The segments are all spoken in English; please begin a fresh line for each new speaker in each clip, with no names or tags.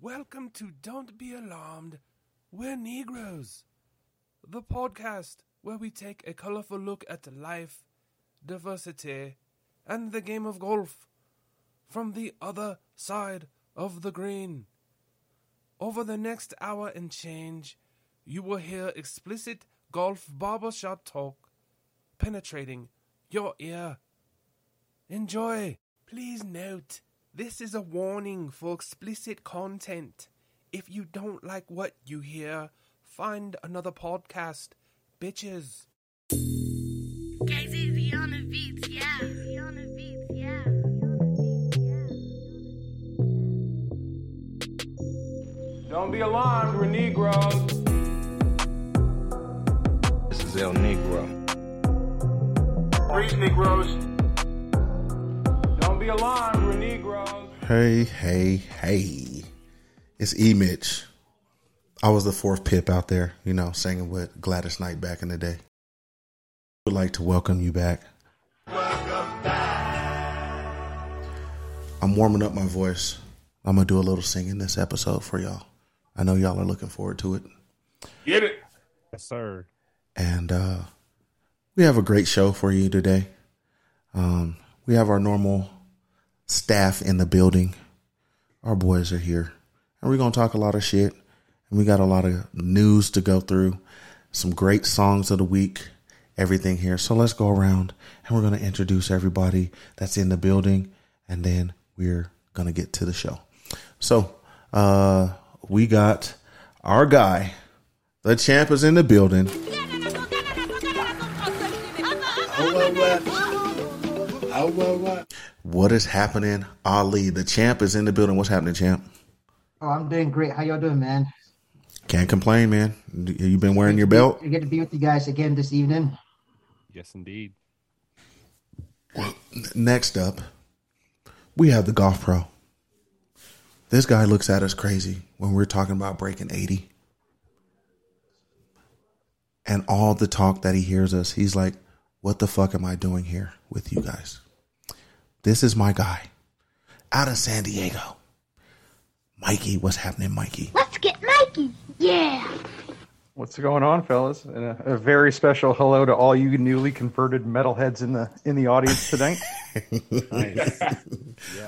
Welcome to Don't Be Alarmed, We're Negroes, the podcast where we take a colorful look at life, diversity, and the game of golf from the other side of the green. Over the next hour and change, you will hear explicit golf barbershop talk penetrating your ear. Enjoy! Please note, this is a warning for explicit content. If you don't like what you hear, find another podcast, bitches.
KZ be on the beats, yeah. Be on the beats, yeah. Be on the beats, yeah. Be on the beats, yeah.
Don't be alarmed, we're Negroes.
This is El Negro.
Breathe, Negroes. Don't be alarmed, we're Negroes.
Hey, hey, hey. It's E Mitch. I was the fourth pip out there, you know, singing with Gladys Knight back in the day. Would like to welcome you back. I'm warming up my voice. I'm gonna do a little singing this episode for y'all. I know y'all are looking forward to it.
Get it.
Yes, sir.
And uh, we have a great show for you today. Um, we have our normal staff in the building. Our boys are here. And we're going to talk a lot of shit. And we got a lot of news to go through, some great songs of the week, everything here. So let's go around and we're going to introduce everybody that's in the building. And then we're going to get to the show. So uh, we got our guy, the champ is in the building. What is happening, Ali? The champ is in the building. What's happening, champ?
Oh, I'm doing great. How y'all doing, man?
Can't complain, man. You've been wearing your belt.
I get to be with you guys again this evening.
Yes, indeed.
Next up, we have the golf pro. This guy looks at us crazy when we're talking about breaking 80. And all the talk that he hears us, he's like, What the fuck am I doing here with you guys? This is my guy out of San Diego. Mikey, what's happening, Mikey?
Let's get Mikey, yeah.
What's going on, fellas? And a, a very special hello to all you newly converted metalheads in the in the audience tonight.
Nice.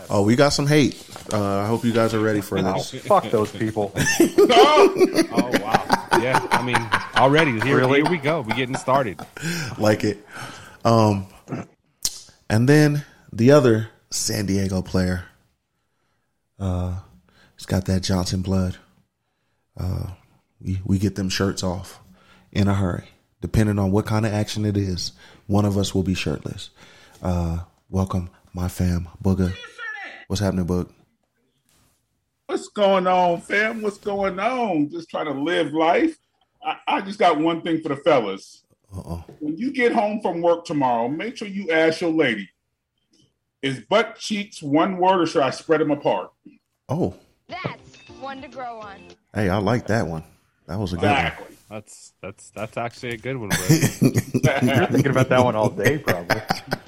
Oh, we got some hate. Uh, I hope you guys are ready for this.
Oh, Fuck those people.
oh wow. Yeah. I mean, already here, here we go. We getting started.
like it. Um, and then the other San Diego player, uh, he's got that Johnson blood. Uh, we we get them shirts off in a hurry, depending on what kind of action it is. One of us will be shirtless. Uh, welcome, my fam, Booger. What's happening, Boog?
What's going on, fam? What's going on? Just trying to live life. I, I just got one thing for the fellas.
Uh-uh.
Uh-oh.
When you get home from work tomorrow, make sure you ask your lady, is butt cheeks one word or should I spread them apart?
Oh,
That's one to grow on.
hey, I like that one. That was a good one.
Exactly.
That's that's that's actually a good one. Bro.
You're thinking about that one all day, probably.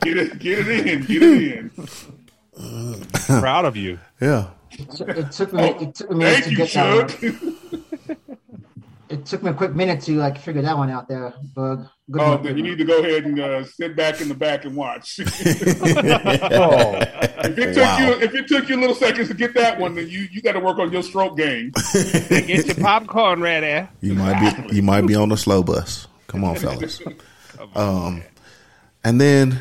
Get it, get it in, get it in.
Proud of you.
Yeah.
So It took me. It took me
Thank
to
you,
get that
Chuck.
one. It took me a quick minute to like figure that one out there, Bug. Good
Oh,
one,
then
good
you
one.
need to go ahead and uh, sit back in the back and watch. if
Oh,
it took you, if it took you little seconds to get that one, then you you got to work on your stroke game.
Get your popcorn ready.
You might be you might be on the slow bus. Come on, fellas. Um, and then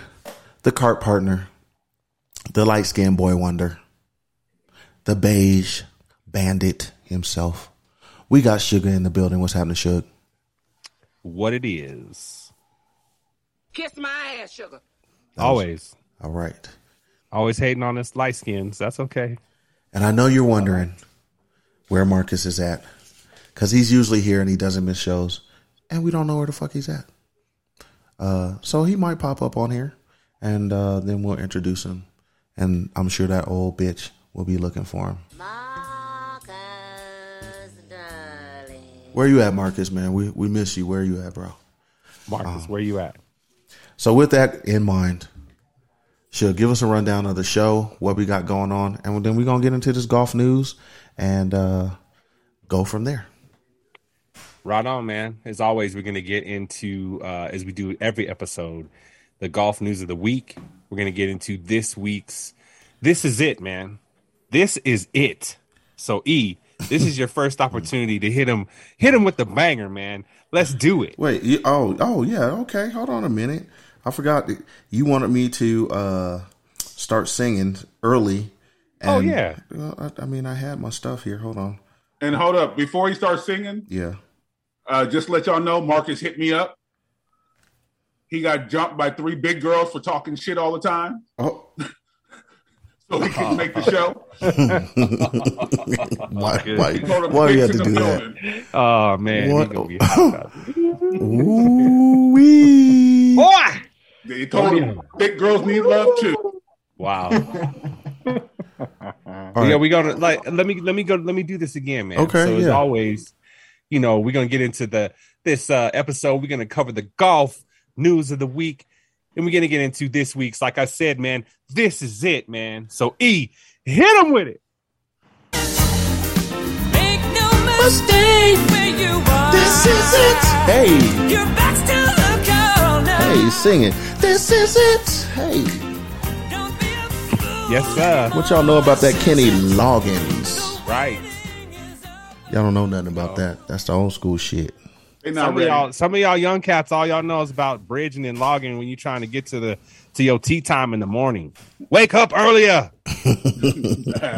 the cart partner, the light skinned boy wonder, the beige bandit himself. We got sugar in the building. What's happening, Suge?
What it is.
Kiss my ass, sugar.
Always.
All right.
Always hating on us light skins. That's okay.
And I know you're wondering where Marcus is at because he's usually here and he doesn't miss shows, and we don't know where the fuck he's at. Uh, so he might pop up on here, and uh, then we'll introduce him, and I'm sure that old bitch will be looking for him.
Marcus, darling.
Where you at, Marcus? Man, we we miss you. Where you at, bro?
Marcus, where you at?
So with that in mind, She'll give us a rundown of the show, what we got going on, and then we're gonna get into this golf news and uh, go from there.
Right on, man. As always, we're going to get into, uh, as we do every episode, the golf news of the week. We're going to get into this week's. This is it, man. This is it. So, E, this is your first opportunity to hit him, hit him with the banger, man. Let's do it.
Wait, you, oh, oh yeah, okay. Hold on a minute. I forgot that you wanted me to uh, start singing early.
Oh, yeah.
Well, I, I mean, I had my stuff here. Hold on.
And hold up, before he starts singing,
Yeah.
uh, just to let y'all know, Marcus hit me up. He got jumped by three big girls for talking shit all the time,
Oh,
so he couldn't make the show.
why,
Oh, Good.
why,
He told him
why do you have to
"Bitch in
do
the
that?
building."
Oh, man.
What?
he gonna be hot about it.
Ooh wee.
Boy!
He told him big girls need love too.
Wow.
All
Yeah,
right.
we gotta like let me let me go let me do this again, man.
Okay,
So as
yeah.
always, you know, we're gonna get into the this uh episode. We're gonna cover the golf news of the week, and we're gonna get into this week's. Like I said, man, this is it, man. So E, hit him with it.
Make no mistake where you are.
This is it. Hey,
Your back's to the corner.
hey, singing. This is it. Hey,
Don't be a fool.
Yes, sir.
what y'all know about that Kenny Loggins?
Right.
Y'all don't know nothing about that. That's the old school shit.
They not
Some of
ready.
y'all, some of y'all young cats, all y'all know is about bridging and logging when you're trying to get to the to your tea time in the morning. Wake up earlier.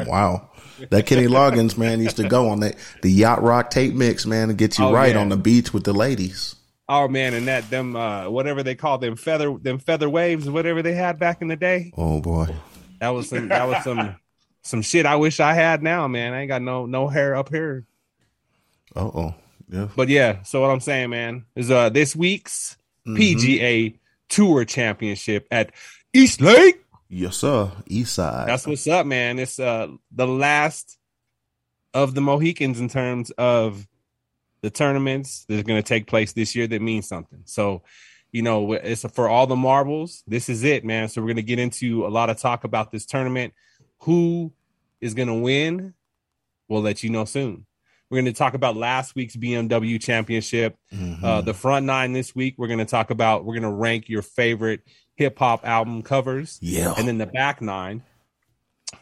Wow. That Kenny Loggins man used to go on that the yacht rock tape mix man and get you
Oh,
right
yeah.
on the beach with the ladies.
Oh man, and that them uh whatever they call them feather them feather waves, whatever they had back in the day.
Oh boy,
That was some that was some some shit I wish I had now, man. I ain't got no no hair up here.
uh oh, yeah.
But yeah, so what I'm saying, man, is uh this week's PGA Tour Championship at East Lake.
Yes, sir. East side.
That's what's up, man. It's uh the last of the Mohicans in terms of the tournaments that's going to take place this year that means something. So, you know, it's for all the marbles. This is it, man. So we're going to get into a lot of talk about this tournament. Who is going to win? We'll let you know soon. We're going to talk about last week's BMW Championship.
Mhm.
Uh, the front nine this week. We're going to talk about. We're going to rank your favorite hip hop album covers.
yeah.
And then the back nine,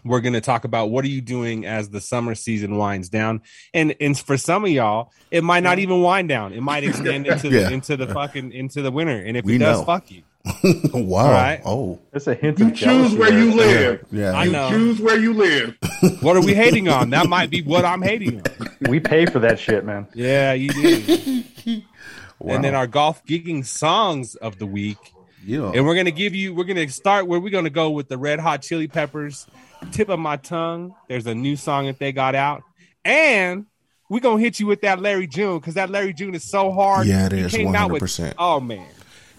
we're going to talk about what are you doing as the summer season winds down. And and for some of y'all, it might not even wind down. It might extend into
Yeah.
the, into the fucking into the winter. And if
We
it does,
know.
fuck you.
wow.
right.
Oh,
That's a hint
You
of
choose
jealousy
where
there.
you live.
yeah.
I
You
know.
choose where you live.
What are we hating on? That might be what I'm hating on.
We pay for that shit, man.
Yeah, you do.
Wow.
And then our golf gigging songs of the week.
yeah.
And we're gonna give you. We're gonna start where we're gonna go with the Red Hot Chili Peppers. Tip of my tongue. There's a new song that they got out, and we're gonna hit you with that Larry June because that Larry June is so hard.
Yeah, it
He
is,
came out with-
100%.
Oh man,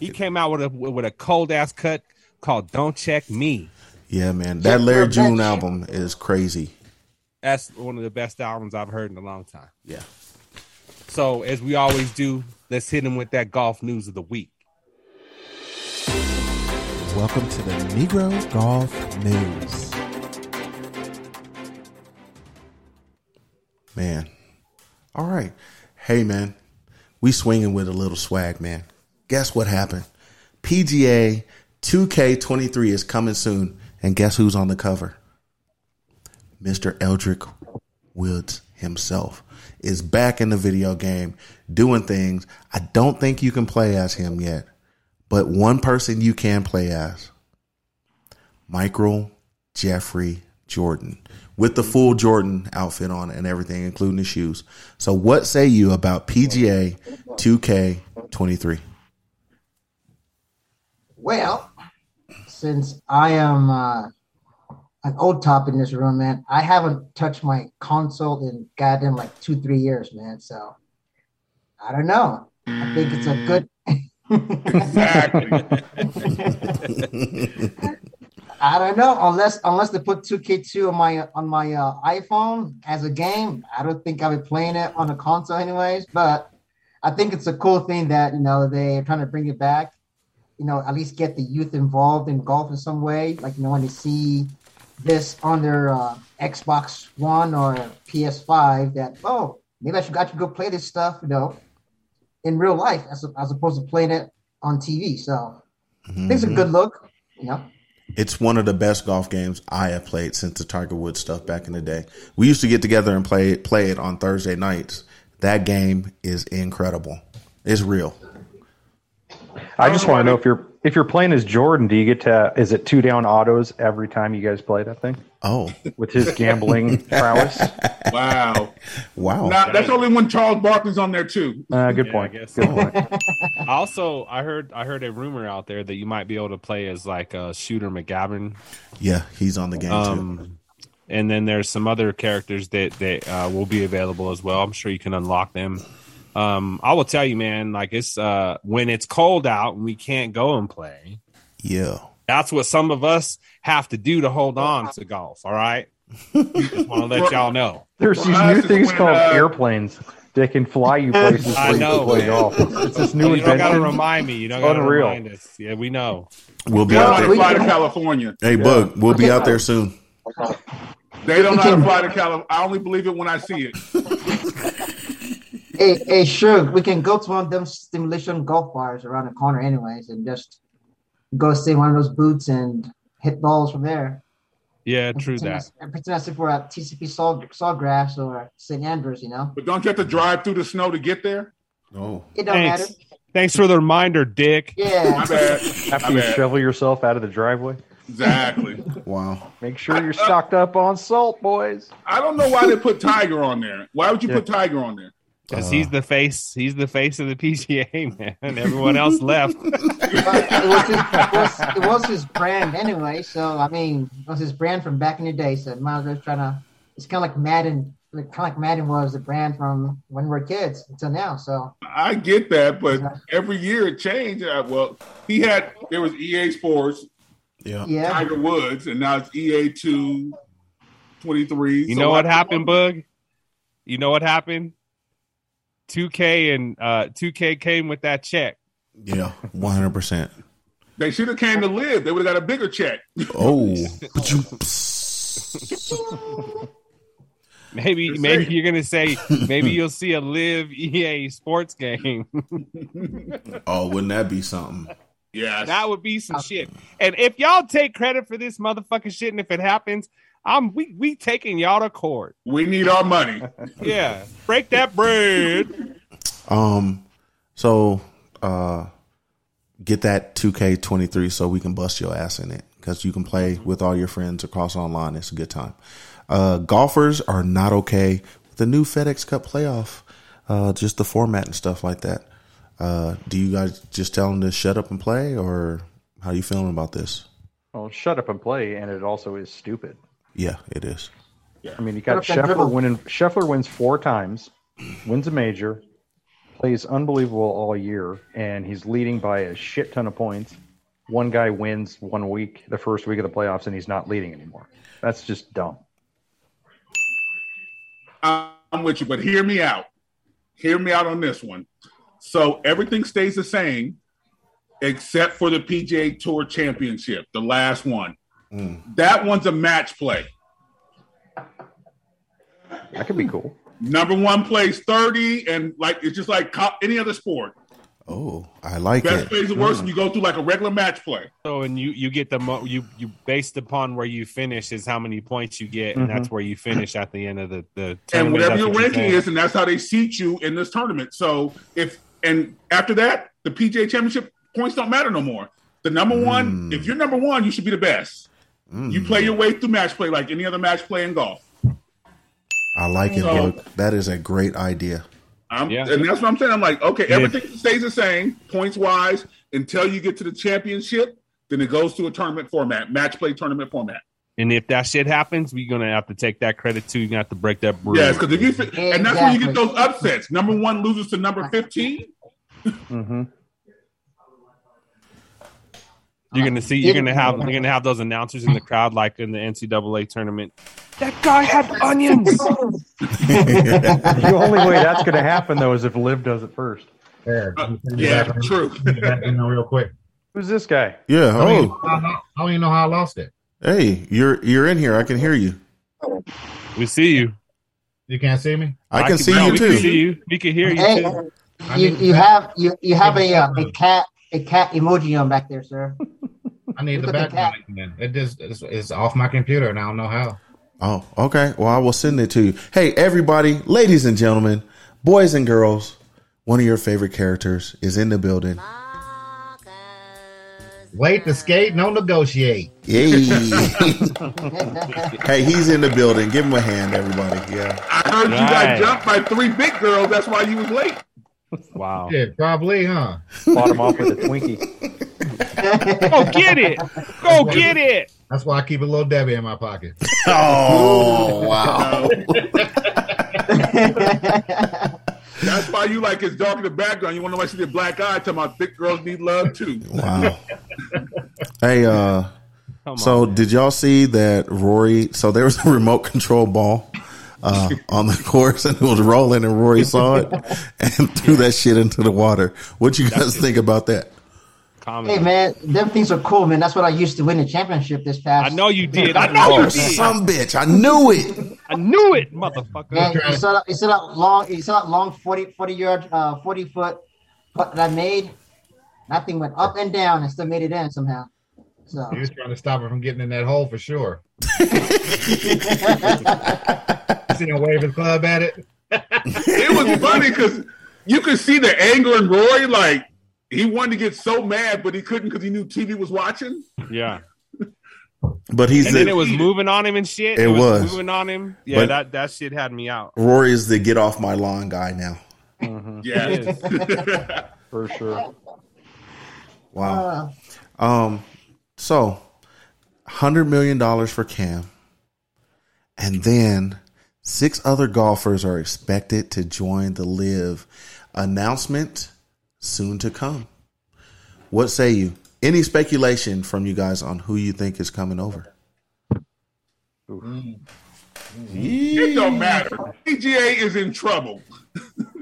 he came out with a with a cold ass cut called "Don't Check Me."
yeah, man. That Larry June album is crazy.
That's one of the best albums I've heard in a long time.
Yeah.
So as we always do, let's hit him with that golf news of the week.
Welcome to the Negro Golf News. Man. All right. Hey, man. We swinging with a little swag, man. Guess what happened? PGA 2K23 is coming soon. And guess who's on the cover? Mr. Eldrick Woods himself is back in the video game doing things. I don't think you can play as him yet but one person you can play as Michael Jeffrey Jordan with the full Jordan outfit on and everything, including the shoes. So, what say you about PGA 2K23?
Well, since I am uh, an old top in this room, man, I haven't touched my console in goddamn like two, three years, man. So I don't know. I think it's a good.
Exactly.
I don't know unless unless they put 2K2 on my on my uh, iPhone as a game. I don't think I'll be playing it on a console anyways. But I think it's a cool thing that you know they're trying to bring it back. you know, at least get the youth involved in golf in some way. Like, you know, when they see this on their uh, Xbox One or PS5, that, oh, maybe I should actually go play this stuff, you know, in real life as, as opposed to playing it on TV. So, I think it's a good look, you know.
It's one of the best golf games I have played since the Tiger Woods stuff back in the day. We used to get together and play play it on Thursday nights. That game is incredible. It's real.
I just want to know if you're if you're playing as Jordan, do you get to is it two down autos every time you guys play that thing
Oh,
with his gambling prowess?
Wow.
wow.
Now, that's only when Charles Barkley's on there too.
Uh, good
Yeah, I
point.
guess.
Good point.
Also, I heard I heard a rumor out there that you might be able to play as like a shooter McGavin.
yeah, he's on the game too.
Um, and then there's some other characters that that uh, will be available as well. I'm sure you can unlock them. Um, I will tell you, man. Like it's uh, when it's cold out and we can't go and play.
Yeah.
That's what some of us have to do to hold on to golf. All right, just want to let y'all know.
There's
For
these
us,
new
it's
things
when,
called
uh,
airplanes that can fly you places
I
where you
know,
can play
man.
golf. It's this new
You don't gotta
invention.
remind me. You don't gotta
Unreal.
remind us. Yeah, we know.
We'll be
They don't
out
know how
there.
to fly to California.
Hey, Bug, we'll be out there soon.
They don't know how to fly to California. I only believe it when I see it.
Hey, hey, sure, we can go to one of them stimulation golf bars around the corner, anyways, and just go sit in one of those boots and hit balls from there.
Yeah,
And
true
pretend
that.
as- And pretend as if we're at TCP Saw, Sawgrass or St. Andrews, you know?
But don't you have to drive through the snow to get there?
Oh,
It don't
Thanks.
matter.
Thanks for the reminder, Dick.
Yeah.
My bad.
After
My
you
bad.
shovel yourself out of the driveway,
Exactly.
wow.
make sure you're stocked up on salt, boys.
I don't know why they put Tiger on there. Why would you put Tiger on there?
Because he's the face. He's the face of the PGA, man. Everyone else left.
But it, was his, it, was, it was his brand anyway, so I mean, it was his brand from back in the day. So might as well trying to. It's kind of like Madden. Like, kind of like Madden was the brand from when we were kids until now. So
I get that, but every year it changed. Uh, well, he had there was EA Sports,
Yeah.
yeah,
Tiger Woods, and now it's EA two twenty three.
You know what happened, Bug? You know what happened? 2K and uh 2K came with that check.
Yeah. 100%.
They should have came to live. They would have got a bigger check.
Oh.
Maybe
Just
maybe
saying.
you're gonna say maybe you'll see a live EA sports game.
oh, wouldn't that be something?
Yeah,
that would be some shit. And if y'all take credit for this motherfucking shit, and if it happens, I'm we we taking y'all to court.
we need our money.
Yeah. Break that bread.
Um, so uh, get that 2K23 so we can bust your ass in it because you can play with all your friends across online. It's a good time. Uh, golfers are not okay with the new FedEx Cup playoff, uh, just the format and stuff like that. Uh, do you guys just tell them to shut up and play, or how you feeling about this?
Well, shut up and play, and it also is stupid.
Yeah, it is.
I mean, you got
Shut up and dribble.
Scheffler winning. Scheffler wins four times, wins a major, plays unbelievable all year, and he's leading by a shit ton of points. One guy wins one week, the first week of the playoffs, and he's not leading anymore. That's just dumb.
I'm with you, but hear me out. Hear me out on this one. So everything stays the same except for the PGA Tour Championship, the last one. That one's a match play.
That could be cool.
Number one plays 30, and like it's just like co- any other sport.
Oh, I like
Best
it.
plays the worst, and you go through like a regular match play.
So and you you get the mo- you you based upon where you finish is how many points you get, and that's where you finish at the end of the the
and
tournament.
whatever
That's
your
what you're
ranking
saying.
is, and that's how they seat you in this tournament. So if and after that, the PGA Championship points don't matter no more. The number
Hmm.
one, if you're number one, you should be the best. You play your way through match play like any other match play in golf.
I like it,
So-
Luke. That is a great idea.
I'm,
Yeah.
And that's what I'm saying. I'm like, okay, everything stays the same points wise until you get to the championship. Then it goes to a tournament format, match play tournament format.
And if that shit happens, we're gonna have to take that credit too. You're gonna have to break that brew.
Yes, because if you fi- and that's when you get
Exactly.
those upsets. Number one loses to number fifteen.
hmm
you're gonna see, you're gonna have, you're gonna have those announcers in the crowd, like in the NCAA tournament.
That guy had onions.
the only way that's going to happen though is if Liv does it first.
Yeah,
Uh,
can you send me
yeah,
that-
true.
send me that email real quick.
Who's this guy?
Yeah.
I don't, even know
Oh,
how I lo- I don't even know how I lost that.
hey, you're you're in here. I can hear you.
We see you.
You can't see me.
I, can, see
no,
you
we
too.
Can see you. We can hear you
Hey,
too.
I
you,
need,
you have you, you have a uh, a cat a cat emoji on back there, sir.
I need the
look at the
background. again. It just it's, it's off my computer, and I don't know how.
Oh, okay. Well, I will send it to you. Hey, everybody, ladies and gentlemen, boys and girls, one of your favorite characters is in the building.
Wait to skate, no negotiate.
Yay. hey, he's in the building. Give him a hand, everybody. Yeah.
I heard you
Right.
got jumped by three big girls. That's why you was late.
Wow.
Yeah, probably, huh?
Bought him off with a Twinkie.
Go get it. Go get it.
That's why I keep a little Debbie in my pocket.
Oh, wow.
That's why you like it's dark in the background. You want to see the black eye. Talking about big girls need love too.
Wow. Hey, uh,
Come
so did y'all see that Rory? So there was a remote control ball uh, on the course and it was rolling, and Rory saw it and threw that shit into the water. What you guys think about that?
Hey man, them things are cool, man. That's what I used to win the championship this
I
past.
know you did. I know you did.
Some bitch, I knew it.
I knew it, motherfucker.
Man, you saw that, you saw that long, you saw that long 40, 40 yard, uh, forty foot putt that I made. That thing went up and down and still made it in somehow. So
He was trying to stop her from getting in that hole for sure. you see him wave his club at it.
It was funny because you could see the anger in Roy. Like he wanted to get so mad, but he couldn't because he knew TV was watching.
Yeah.
But he's
And
the,
then it was moving on him and shit.
It was.
moving on him. Yeah,
But-
that, that shit had me out.
Rory is the get off my lawn guy now.
Yes.
For sure.
Wow. Um. So, hundred million dollars for Cam, and then six other golfers are expected to join the live. Announcement soon to come. What say you? Any speculation from you guys on who you think is coming over?
it don't matter. PGA is in trouble.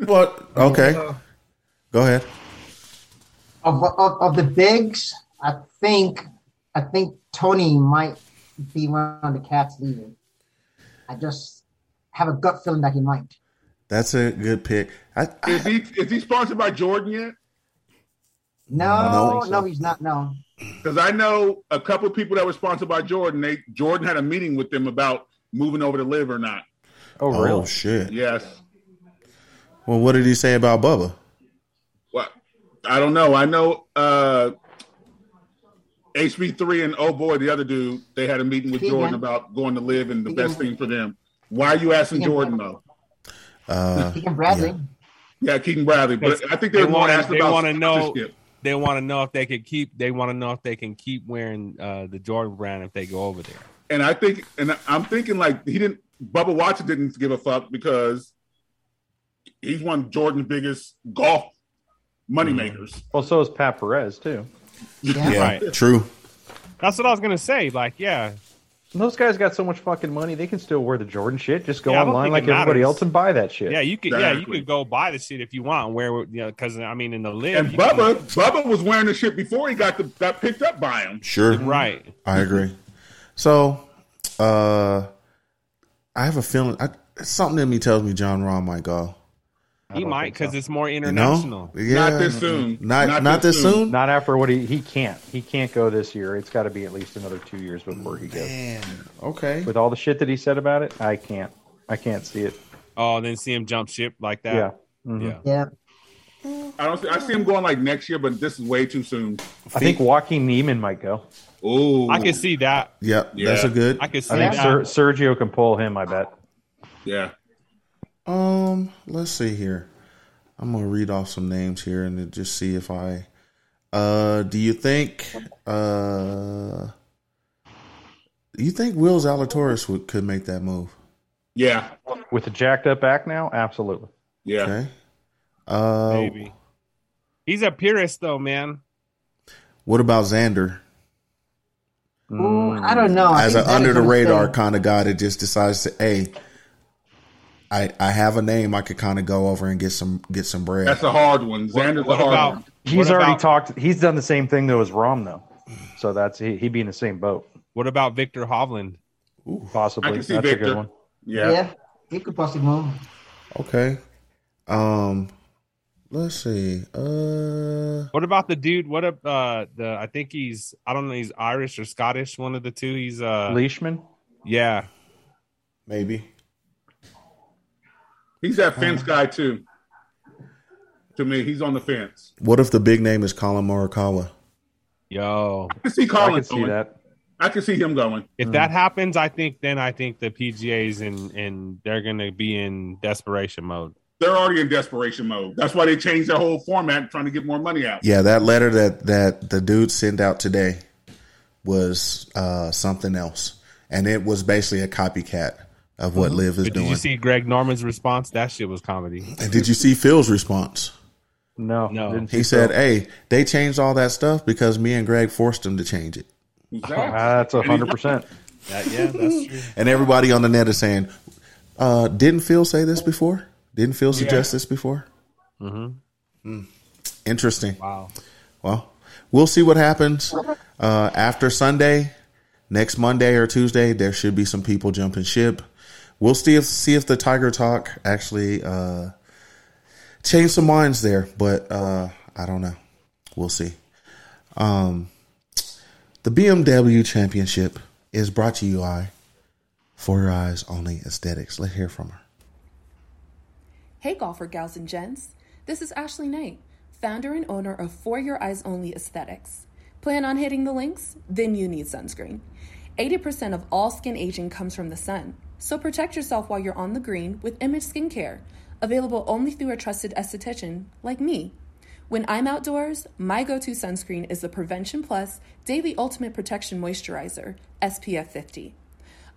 What? Okay. Go ahead.
of, of of the bigs, I think I think Tony might be one of the cats leaving. I just have a gut feeling that he might.
That's a good pick. I, I,
Is he is he sponsored by Jordan yet?
I don't
No,
think so.
no, he's not. No,
Because I know a couple of people that were sponsored by Jordan. They Jordan had a meeting with them about moving over to live or not.
Oh,
oh
really?
shit.
Yes.
Well, what did he say about Bubba?
Well, I don't know. I know uh HB3 and oh boy, the other dude, they had a meeting with
Keegan.
Jordan about going to live and the
Keegan.
best thing for them. Why are you asking
Keegan.
Jordan though?
Uh,
Keegan Bradley.
Yeah, Keaton Bradley. But I think they,
They
were
wanna-
more asked
they
about
wanna know-
sponsorship.
They want to know if they can keep. They want to know if they can keep wearing uh, the Jordan brand if they go over there.
And I think and I'm thinking like he didn't Bubba Watson didn't give a fuck because he's one of Jordan's biggest golf
Mm-hmm.
moneymakers.
Well, so is Pat Perez, too.
Yeah.
yeah,
Right.
true.
That's what I was gonna say. Like, yeah,
And those guys got so much fucking money, they can still wear the Jordan shit. Just go
Yeah, I don't
online like
think it
everybody
matters.
else and buy that shit.
yeah, you could, yeah, you
Exactly.
could go buy the shit if you want and wear, what- you know, because I mean, in the live,
And
you can-
Bubba, Bubba was wearing the shit before he got the, got picked up by him.
Sure.
right?
I agree. So, uh, I have a feeling. I, something in me tells me John Ron might go.
He
don't
might
think so.
because it's more
You know?
international.
Yeah.
Not this soon.
Not not, this soon.
Not after what he he can't he can't go this year. It's got to be at least another two years before he goes.
Man. Okay.
With all the shit that he said about it, I can't I can't see it.
Oh, then see him jump ship like that.
Yeah, Mhm.
yeah.
Mm-hmm.
Yeah.
I don't. See, I see him going like next year, but this is way too soon.
I think Joaquin Neiman might go.
Oh,
I can see that.
Yep. That's a
Yeah.
good.
I can see
I think
that.
Ser- Sergio can pull him. I bet.
Yeah,
Um. Let's see here. I'm gonna read off some names here and then just see if I. Uh. Do you think? Uh. You think Will Zalatoris would could make that move?
yeah,
With the jacked up back now, absolutely.
yeah.
Okay. Uh.
Maybe. He's a purist though, man.
What about Xander?
Ooh, I
Mm.
don't know. I
as
think
an
that
under
is
the
gonna
radar
stay.
kind of guy that just decides to, hey, I I have a name I could kind of go over and get some get some bread.
That's a hard one. Xander's
What
a hard
about
one.
He's
What
already
about-
talked. He's done the same thing though as Rom though, so that's he, he'd be in the same boat.
What about Victor Hovland?
Possibly,
I can see
that's a
Victor.
good one.
Yeah.
he could possibly move.
Okay. Um, let's see. Uh,
What about the dude? What up? Uh, the I think he's I don't know. He's Irish or Scottish, one of the two. He's uh,
Leishman.
yeah,
maybe.
He's that fence
Uh-huh.
guy too. To me, he's on the fence.
What if the big name is Colin Morikawa?
yo.
I can see
I
Colin
can see
going.
that.
I can see him going.
If that happens, I think then I think the PGA's in and they're gonna be in desperation mode.
They're already in desperation mode. That's why they changed their whole format, and trying to get more money out.
Yeah, that letter that that the dude sent out today was uh something else, and it was basically a copycat of what Liv is
But Mm-hmm. did
doing.
you see Greg Norman's response? That shit was comedy.
and did you see Phil's response?
No,
No.
didn't
He
see
said,
that.
"Hey, they changed all that stuff because me and Greg forced them to change it."
Exactly.
that's a hundred percent.
That, yeah, that's true.
And everybody on the net is saying, uh, "Didn't Phil say this before? Didn't Phil suggest this before?" Mm. Interesting.
Wow.
Well, we'll see what happens uh, after Sunday. Next Monday or Tuesday, there should be some people jumping ship. We'll see if see if the Tiger Talk actually uh, changed some minds there, but uh, I don't know. We'll see. Um, the BMW Championship is brought to you by For Your Eyes Only Aesthetics. Let's hear from her.
Hey, golfer gals and gents. This is Ashley Knight, founder and owner of For Your Eyes Only Aesthetics. Plan on hitting the links? Then you need sunscreen. 80% of all skin aging comes from the sun, so protect yourself while you're on the green with Image Skincare, available only through a trusted esthetician like me. When I'm outdoors, my go to sunscreen is the Prevention Plus Daily Ultimate Protection Moisturizer, SPF 50.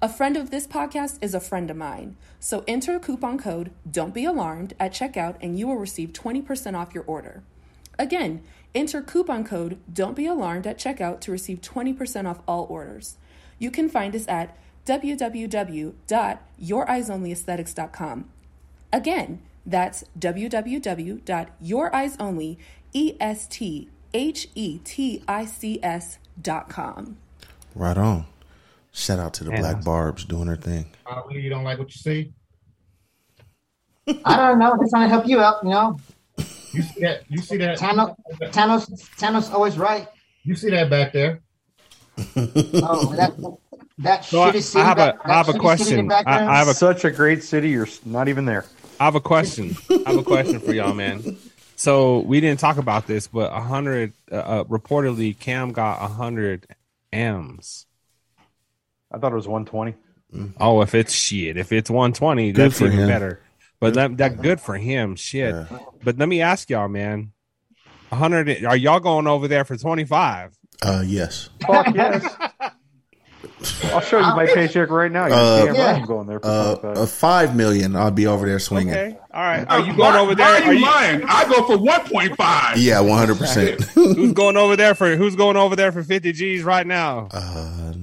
A friend of this podcast is a friend of mine. So enter coupon code Don't Be Alarmed at checkout and you will receive 20% off your order. Again, enter coupon code Don't Be Alarmed at checkout to receive 20% off all orders. You can find us at www.youreyesonlyaesthetics.com. Again, that's E www.youreyesonlyaesthetics.com.
Right on. Shout out to the
Yeah.
Black Barbs doing her thing.
Probably you don't like what you see.
I don't know. They're trying to help you out, you know.
You see that? You see that?
Tano, Thanos, Thanos always right.
You see that back there?
Oh, that that
So I-
shitty scene.
I have a-
back,
I have a
that shitty scene in
question.
the background.
I have a-
Such a great city. You're s- not even there.
I have a question. I have a question for y'all, man. So we didn't talk about this, but a hundred uh, uh, reportedly Cam got a hundred M's.
I thought it was 120.
Oh, if it's shit, if it's 120,
Good
that's
for
even
him.
better. But that, that good for him, shit.
Yeah.
But let me ask y'all, man. 100 are y'all going over there for 25?
Uh, yes.
Fuck yes. I'll show you my paycheck right now. You're
Uh,
damn right I'm going there. For
Uh,
$25.
uh, five million. I'll be over there swinging.
Okay. All right. Are you
Why-
going over
Why
there?
are you,
Are
lying? I go for one point five.
Yeah, one hundred percent.
you- who's going over there for who's going over there for 50 G's right now?
Uh,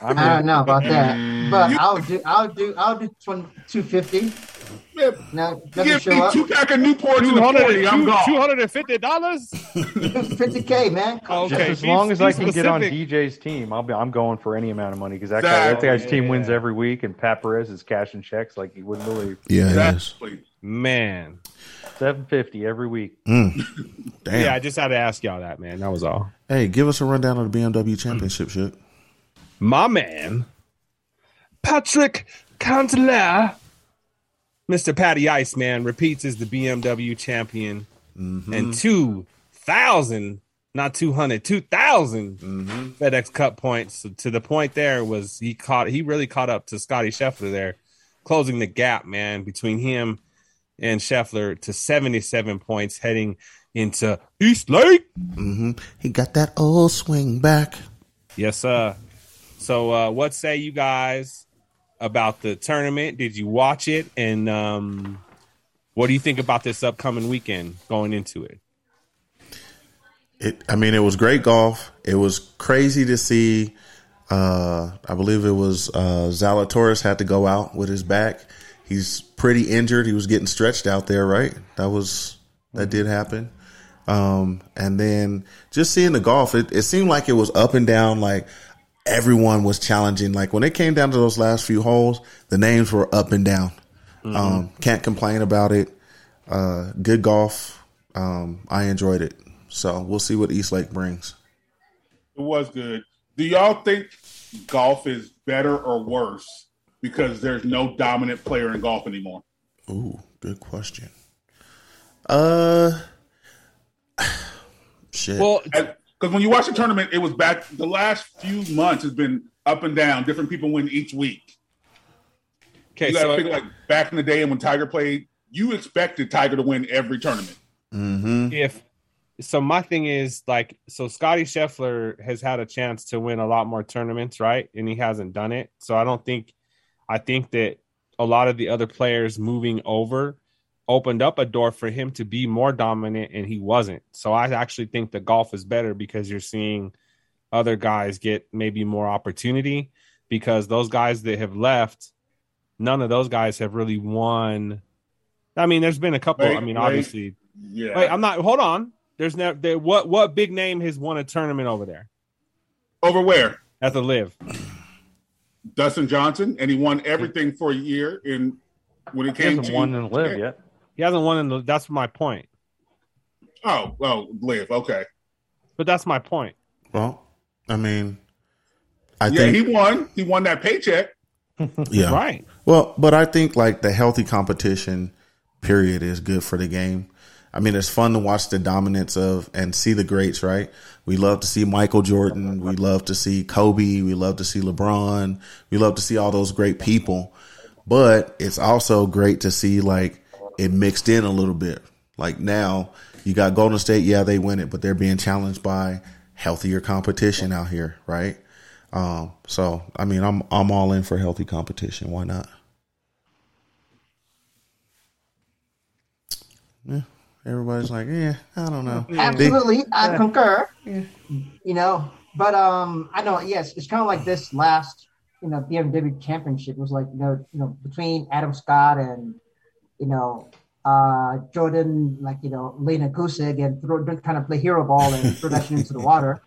Uh,
I'm
I don't
in.
know about that, but I'll do. I'll do. I'll do twenty two fifty. Now it doesn't
Give me
show up.
two pack of Newports and a
200
forty. I'm gone.
$250?
Fifty k, man.
Oh,
Just
okay.
as
Be-
long as
be
I can get on
specific.
DJ's team, I'll be. I'm going for any amount of money because that, guy- that
Exactly.
guy's team wins every week, and Pat Perez is cashing checks like he wouldn't believe.
Yeah, it is.
Exactly.
Man.
Seven fifty every week.
Damn.
Yeah, I just had to ask y'all that, man. That was all.
Hey, give us a rundown of the BMW Championship, shit.
my man, Patrick Cantler, Mr. Patty Iceman, repeats as the BMW champion
Mm-hmm.
and 2,000, not 200, 2,000
Mm-hmm.
FedEx Cup points. So to the point there was he caught, he really caught up to Scotty Scheffler there, closing the gap, man, between him and Scheffler to 77 points heading into East Lake.
Mm-hmm. He got that old swing back.
Yes, sir. So, uh, what say you guys about the tournament? Did you watch it? And um, what do you think about this upcoming weekend going into it?
It. I mean, it was great golf. It was crazy to see. Uh, I believe it was uh, Zalatoris had to go out with his back. He's pretty injured. He was getting stretched out there, right? That was that did happen. Um, and then just seeing the golf, it, it seemed like it was up and down. Like everyone was challenging. Like when it came down to those last few holes, the names were up and down.
Mhm.
Um, can't complain about it. Uh, good golf. Um, I enjoyed it. So we'll see what East Lake brings.
It was good. Do y'all think golf is better or worse because there's no dominant player in golf anymore?
Ooh, good question. Uh, shit.
Well,
because when you watch the tournament, it was back. The last few months has been up and down. Different people win each week.
Okay,
you gotta
so-
think like back in the day, and when Tiger played, you expected Tiger to win every tournament.
Mm-hmm.
If so, my thing is like so. Scotty Scheffler has had a chance to win a lot more tournaments, right? And he hasn't done it. So I don't think. I think that a lot of the other players moving over opened up a door for him to be more dominant, and he wasn't. So I actually think the golf is better because you're seeing other guys get maybe more opportunity because those guys that have left, none of those guys have really won. I mean, there's been a couple. I
Wait,
mean,
wait.
obviously,
Yeah.
Wait, I'm not. Hold on. There's never. There, what what big name has won a tournament over there?
Over where?
At the live.
Dustin Johnson, and he won everything for a year. In when it
He
came
hasn't
to
won in Live yet. He hasn't won in the. That's my point.
Oh, well, live. Okay.
But that's my point.
Well, I mean, I
yeah,
think
he won. He won that paycheck.
yeah,
right.
Well, but I think like the healthy competition period is good for the game. I mean, it's fun to watch the dominance of and see the greats, right? We love to see Michael Jordan. We love to see Kobe. We love to see LeBron. We love to see all those great people. But it's also great to see like it mixed in a little bit. Like now you got Golden State. Yeah, they win it, but they're being challenged by healthier competition out here, right? Um, so I mean, I'm I'm all in for healthy competition. Why not? Yeah, everybody's like, yeah, I don't know.
Absolutely, I
Yeah.
concur. You know, but um, I know. Yes, it's kind of like this last, you know, BMW Championship was like you know, you know, between Adam Scott and you know, uh, Jordan, like you know, Lena Kusig and throw, kind of play hero ball and throw that shit into the water.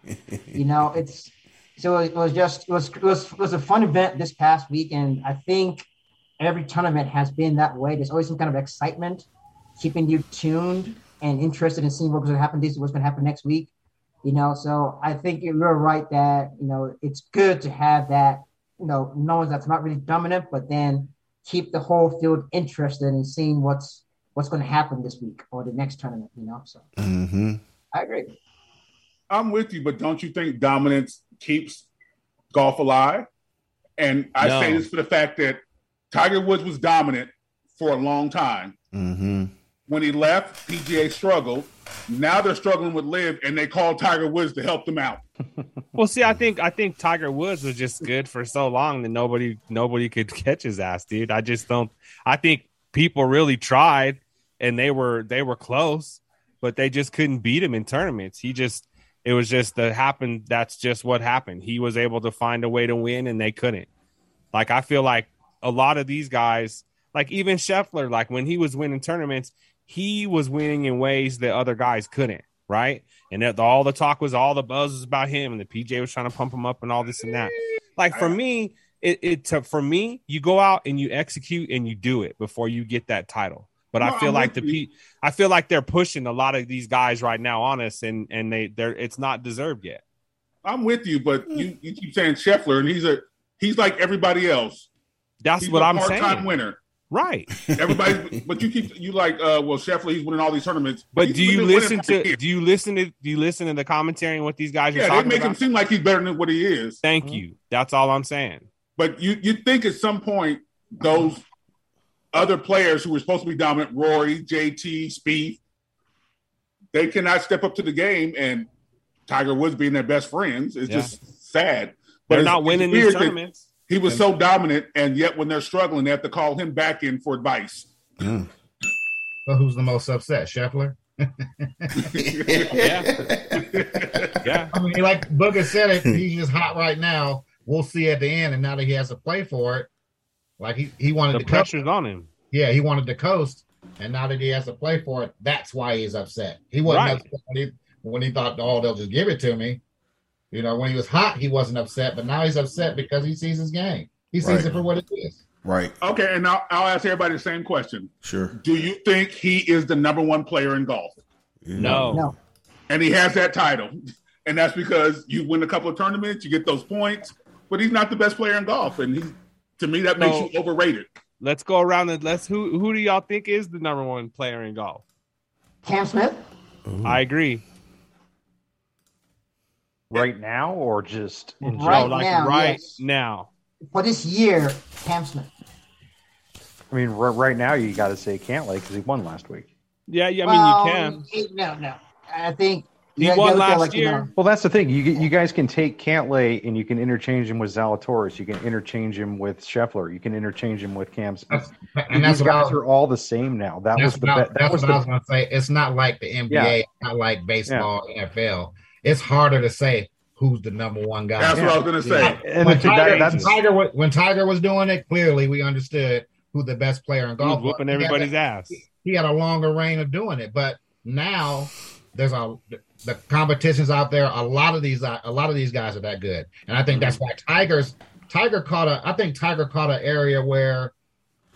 You know, it's so it was just it was it was it was a fun event this past week, and I think every tournament has been that way. There's always some kind of excitement, keeping you tuned and interested in seeing what's going to happen this, what's going to happen next week. You know, so I think you're right that you know it's good to have that you know knowing that's not really dominant, but then keep the whole field interested in seeing what's what's going to happen this week or the next tournament. You know, so
Mm-hmm.
I agree.
I'm with you, but don't you think dominance keeps golf alive? And I
No.
say this for the fact that Tiger Woods was dominant for a long time.
Mm-hmm.
When he left, PGA struggled. Now they're struggling with live, and they call Tiger Woods to help them out.
Well, see, I think I think Tiger Woods was just good for so long that nobody nobody could catch his ass, dude. I just don't. I think people really tried, and they were they were close, but they just couldn't beat him in tournaments. He just it was just the happened. That's just what happened. He was able to find a way to win, and they couldn't. Like I feel like a lot of these guys, like even Scheffler, like when he was winning tournaments, he was winning in ways that other guys couldn't, right? And that all the talk was all the buzz was about him, and the PJ was trying to pump him up and all this and that. Like for me, it, it to, for me, you go out and you execute and you do it before you get that title. But
No,
I feel
I'm
like the
with
P, I feel like they're pushing a lot of these guys right now on us, and and they they're it's not deserved yet.
I'm with you, but you, you keep saying Scheffler, and he's a he's like everybody else.
That's
he's
what
a
I'm
part-time
saying.
Winner,
right?
Everybody, but you keep you like, uh, well, Scheffler, he's winning all these tournaments.
But
He's
do you
been winning
listen
for a
to
year.
do you listen to do you listen to the commentary and what these guys are
Yeah, they
talking
make
about?
him seem like he's better than what he is.
Thank
Mm-hmm.
you. That's all I'm saying.
But you you think at some point those other players who were supposed to be dominant, Rory, JT, Speed, they cannot step up to the game, and Tiger Woods being their best friends is
Yeah.
just sad.
They're
it's-
not
it's
winning these
weird that
tournaments.
He was so dominant, and yet when they're struggling, they have to call him back in for advice.
But who's the most upset, Scheffler?
yeah.
I mean, like Booger said, it he's just hot right now. We'll see at the end, and now that he has to play for it, like he he wanted
The
to
pressure's on him.
Yeah, he wanted to coast, And now that he has to play for it, that's why he's upset. He wasn't
Right.
upset when he, when he thought, oh, they'll just give it to me. You know, when he was hot, he wasn't upset, but now he's upset because he sees his game. He sees
Right.
it for what it is.
Right.
Okay, and I'll, I'll ask everybody the same question.
Sure.
Do you think he is the number one player in golf?
No. No.
And he has that title. And that's because you win a couple of tournaments, you get those points, but he's not the best player in golf. And he, to me, that makes
No.
you overrated.
Let's go around and let's who who do y'all think is the number one player in golf?
Cam Smith.
I agree.
Right now or just in
No,
general?
like right now.
For this year, Cam Smith.
I mean, right, right now you got to say Cantlay because he won last week.
Yeah, yeah. I
mean, you
mean, you can. no, no. I think
He
yeah,
won
gotta feel
last
you know,
Well, that's the thing. You you guys can take Cantlay and you can interchange him with Zalatoris. You can interchange him with Scheffler. You can interchange him with Cam Smith.
and that's
These
what I
guys
was-
are all the same now. That was
That's
the
what, I-
bet. That
that's
was
what I was
the
going to say. It's not like the NBA,
Yeah.
it's not like baseball, NFL. It's harder to say who's the number one guy.
That's what I was gonna say. And
when,
the thing-
Tiger,
that- that's-
Tiger wa- when Tiger was doing it, clearly we understood who the best player in
He was
golf
whooping
He had
everybody's
that-
ass.
He had a longer reign of doing it, but now there's a the competitions out there. A lot of these, a lot of these guys are that good, and I think that's why Tiger's Tiger caught a. I think Tiger caught an area where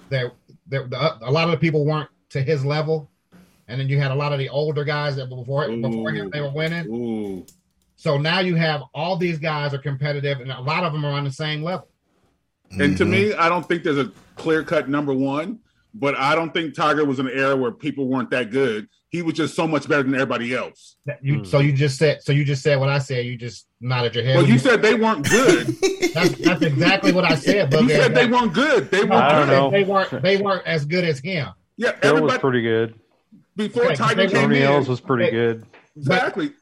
there, there the, a lot of the people weren't to his level, and then you had a lot of the older guys that before before him they were winning. So now you have all these guys are competitive, and a lot of them are on the same level.
And
Mm-hmm.
to me, I don't think there's a clear cut number one, but I don't think Tiger was in an era where people weren't that good. He was just so much better than everybody else.
That
Hmm.
You, So you just said, so you just said what I said. You just nodded your head.
Well, you said they weren't good.
that's, that's exactly what I said. But
You said they weren't good. They weren't.
I don't
good.
know.
They weren't. They weren't as good as him.
Yeah,
Bill was pretty good.
Before Tiger came
Tony
in-
Ellis was pretty good.
Exactly.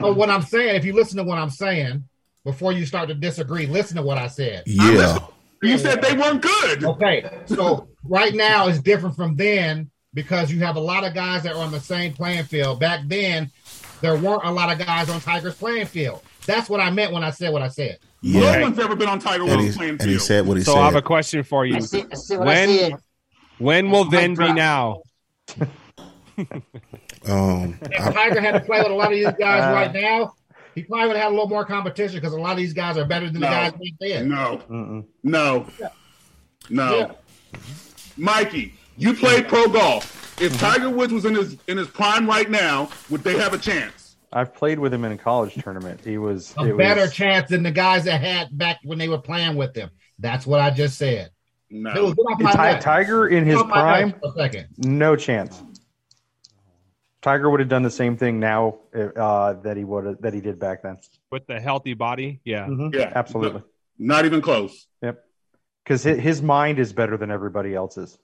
So what I'm saying, if you listen to what I'm saying, before you start to disagree, listen to what I said.
Yeah.
You said they weren't good.
Okay. So right now is different from then because you have a lot of guys that are on the same playing field. Back then, there weren't a lot of guys on Tiger's playing field. That's what I meant when I said what I said.
Yeah. No
one's ever been on Tiger
And he, and he said what he
so
said.
I have a question for you.
I see- I see what I
when
said.
when will then be now?
um,
If Tiger had to play with a lot of these guys right now, he probably would have had a little more competition because a lot of these guys are better than the
No.
guys we did.
No. No. No. Mikey, you played pro golf.
Mm-hmm.
If Tiger Woods was in his in his prime right now, would they have a chance?
I've played with him in a college tournament. He was
A
it
better
was,
chance than the guys that had back when they were playing with them. That's what I just said.
No.
Dude, get off my
Ti-
nut.
Tiger in
Get
his
off Oh my
prime.
nut for a second.
No chance. Tiger would have done the same thing now uh, that he would have that he did back then.
With the healthy body, yeah,
Yeah,
absolutely.
Not even close.
Yep. Because his mind is better than everybody else's,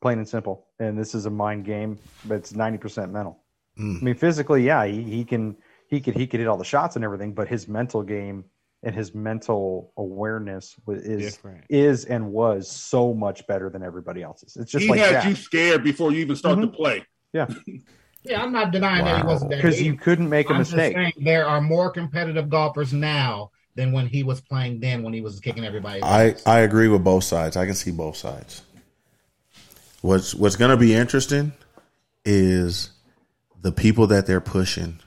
plain and simple. And this is a mind game, but it's ninety percent mental.
Mm.
I mean, physically, yeah, he, he can he could he could hit all the shots and everything, but his mental game and his mental awareness wa- is
Different.
is and was so much better than everybody else's. It's just
he
like
had
that.
you scared before you even start
Mm-hmm.
to play.
yeah,
Yeah, I'm not denying that he wasn't that
because
good.
you couldn't make a
I'm just
mistake.
saying there are more competitive golfers now than when he was playing then when he was kicking everybody.
I, I agree with both sides. I can see both sides. What's what's gonna be interesting is the people that they're pushing.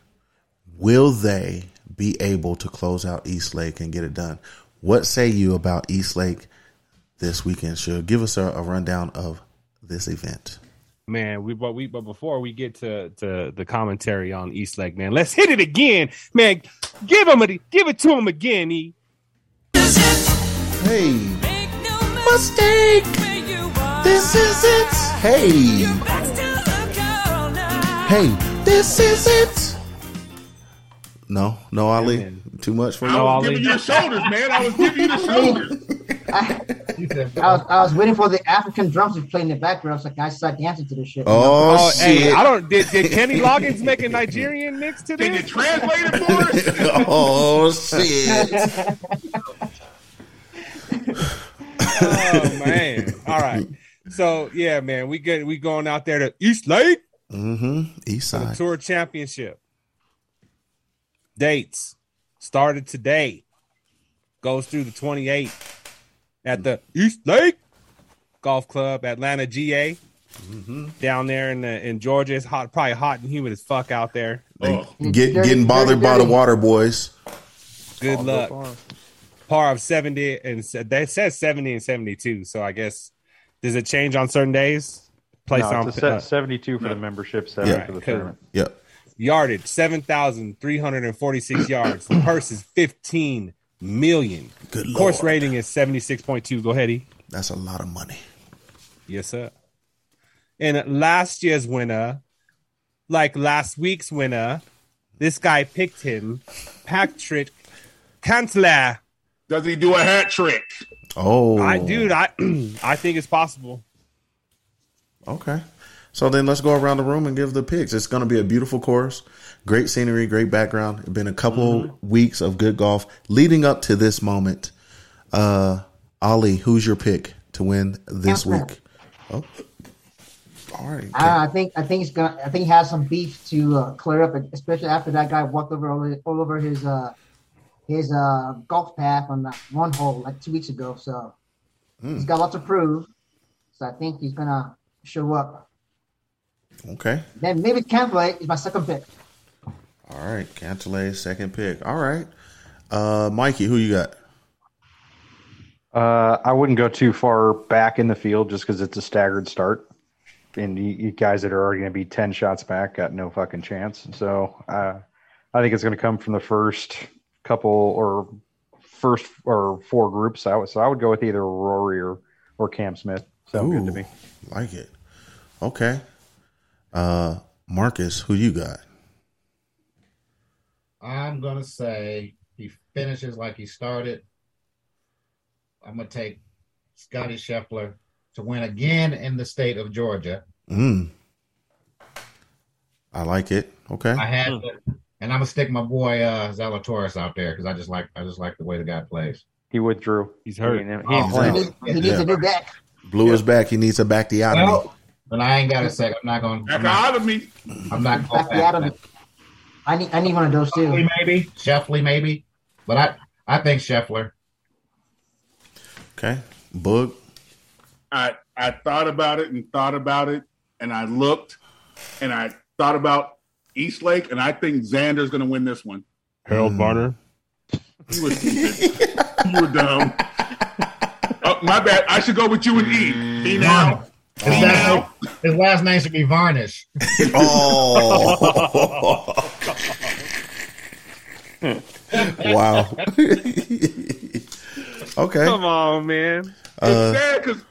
Will they be able to close out Eastlake and get it done? What say you about Eastlake this weekend? Should give us a, a rundown of this event.
Man, we but we but before we get to to the commentary on Eastlake, man, let's hit it again, man. Give him a give it to him again. E.
Hey, mistake. This is it. Hey, hey, this is it. No, no, Ali, too much for you.
Oh,
I was giving you the shoulders, man. I was giving you the shoulders.
I was, I was waiting for the African drums to play in the background. so I was like, I start dancing to this shit.
Oh, shit.
I don't. Did, did Kenny Loggins make a Nigerian mix to this? Did you
translate it for us?
oh shit!
oh man! All right. So yeah, man, we good. We going out there to Eastlake
Mm-hmm. East
for the
side.
Tour Championship. Dates started today, goes through the 28th at the Eastlake Golf Club, Atlanta, GA.
Mm-hmm.
down there in the, in Georgia. It's hot, probably hot and humid as fuck out there.
Like, get getting bothered by the water, boys.
Good
Oh,
luck. Par of seventy and se- that says seventy and seventy two. So I guess does it change on certain days?
No,
on
it's a set- 72 for the membership, 70 for the tournament.
Yep.
Yardage seven thousand three hundred and forty six yards. The purse is fifteen million.
Good
Course rating is seventy six point two. Go ahead, E.
That's a lot of money.
Yes, sir. And last year's winner, like last week's winner, this guy picked him, Patrick Cantler.
Does he do a hat trick?
Oh,
I, dude, I, I think it's possible.
Okay. So then let's go around the room and give the picks. It's going to be a beautiful course, great scenery, great background. It's been a couple
Mm-hmm.
weeks of good golf leading up to this moment. Uh, Ali, who's your pick to win this
Cantler.
week? Oh, all right.
I, I think I think he's gonna. I think he has some beef to uh, clear up, especially after that guy walked over all, all over his uh his uh golf path on that one hole like two weeks ago. So he's got a lot to prove. So I think he's gonna show up.
Okay.
Then maybe Cantlay is my second pick.
All right. Cantlay, second pick. All right. Uh, Mikey, who you got?
Uh, I wouldn't go too far back in the field just because it's a staggered start, and you, you guys that are already going to be ten shots back got no fucking chance. So uh, I think it's going to come from the first couple or first or four groups. I would, so I would go with either Rory or or Cam Smith. Sound good to
Ooh,
me.
Like it. Okay. Uh, Marcus, who you got?
I'm gonna say he finishes like he started. I'm gonna take Scotty Scheffler to win again in the state of Georgia.
Mm. I like it. Okay.
I had, and I'm gonna stick my boy uh, Zalatoris out there because I just like I just like the way the guy plays.
He withdrew.
He's
hurt.
He ain't,
Oh,
playing.
really?
He needs a new deck.
Blue is back. He needs a back the out
Well, but I ain't got a second. I'm not going.
Mm-hmm.
I'm not,
me.
I'm not going
Back the Adam.
back.
I need I need one of those too.
Scheffler maybe Scheffler maybe, but I I think Scheffler.
Okay. Boog.
I I thought about it and thought about it, and I looked, and I thought about Eastlake, and I think Xander's going to win this one.
Harold Varner.
You were stupid. you were dumb. Oh, my bad. I should go with you and E. E now.
His last, name, his last name should be Varnish.
Oh. wow. okay.
Come on, man.
Uh,
it's sad because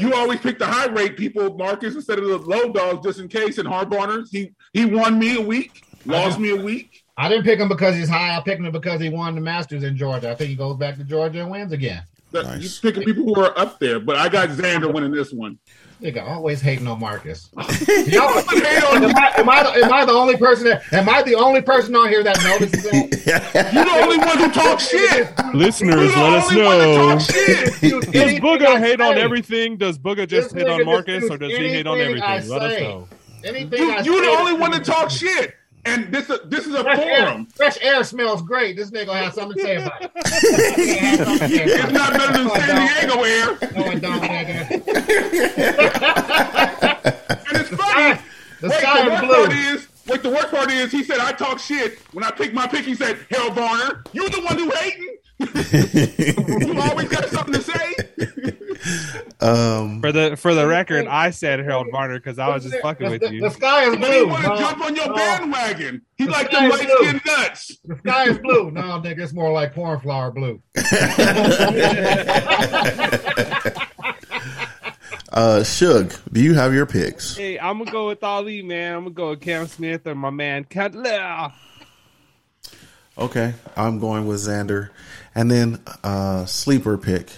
you always pick the high rate people, Marcus, instead of the low dogs, just in case. And Hardbarner, he he won me a week, lost me a week.
I didn't pick him because he's high. I picked him because he won the Masters in Georgia. I think he goes back to Georgia and wins again.
That- You're picking people who are up there, but I got Xander winning this one.
Nigga, always hating on Marcus. Y'all- am, I, am, I, am I the only person that? Am I the only person on here that notices that?
You're the only one who talks shit.
Listeners, let us know. Does Booger hate on
say.
everything? Does Booger just
This
hate
nigga
on
just
Marcus,
do
or does he hate on
anything
everything?
I
Let us
say.
know.
Anything
You,
I
you're the
say-
only one to talk shit, and this is this is a
Fresh air,
forum.
fresh air smells great. This nigga has something to say about it.
It's not better than San Diego air,
No, it don't, nigga.
and it's funny.
The
Wait,
sky
the
is
worst
blue.
part is, wait, the worst part is, he said I talk shit when I pick my pick. He said, "Hell, Varner, you the one who hating. you always got something to say."
um,
For the for the record, I said Harold Varner because I was just fucking
The,
with
the-
you.
the sky is
He didn't
blue.
want to
No,
jump on your
no.
bandwagon. He
The
like
sky
them
is
light skinned
blue.
nuts.
The sky is blue. No, nigga, it's more like cornflower blue.
uh, Shug, do you have your picks?
Hey, I'm gonna go with Ali, man. I'm gonna go with Cam Smith and my man Cutler.
Okay. I'm going with Xander. And then uh, sleeper pick.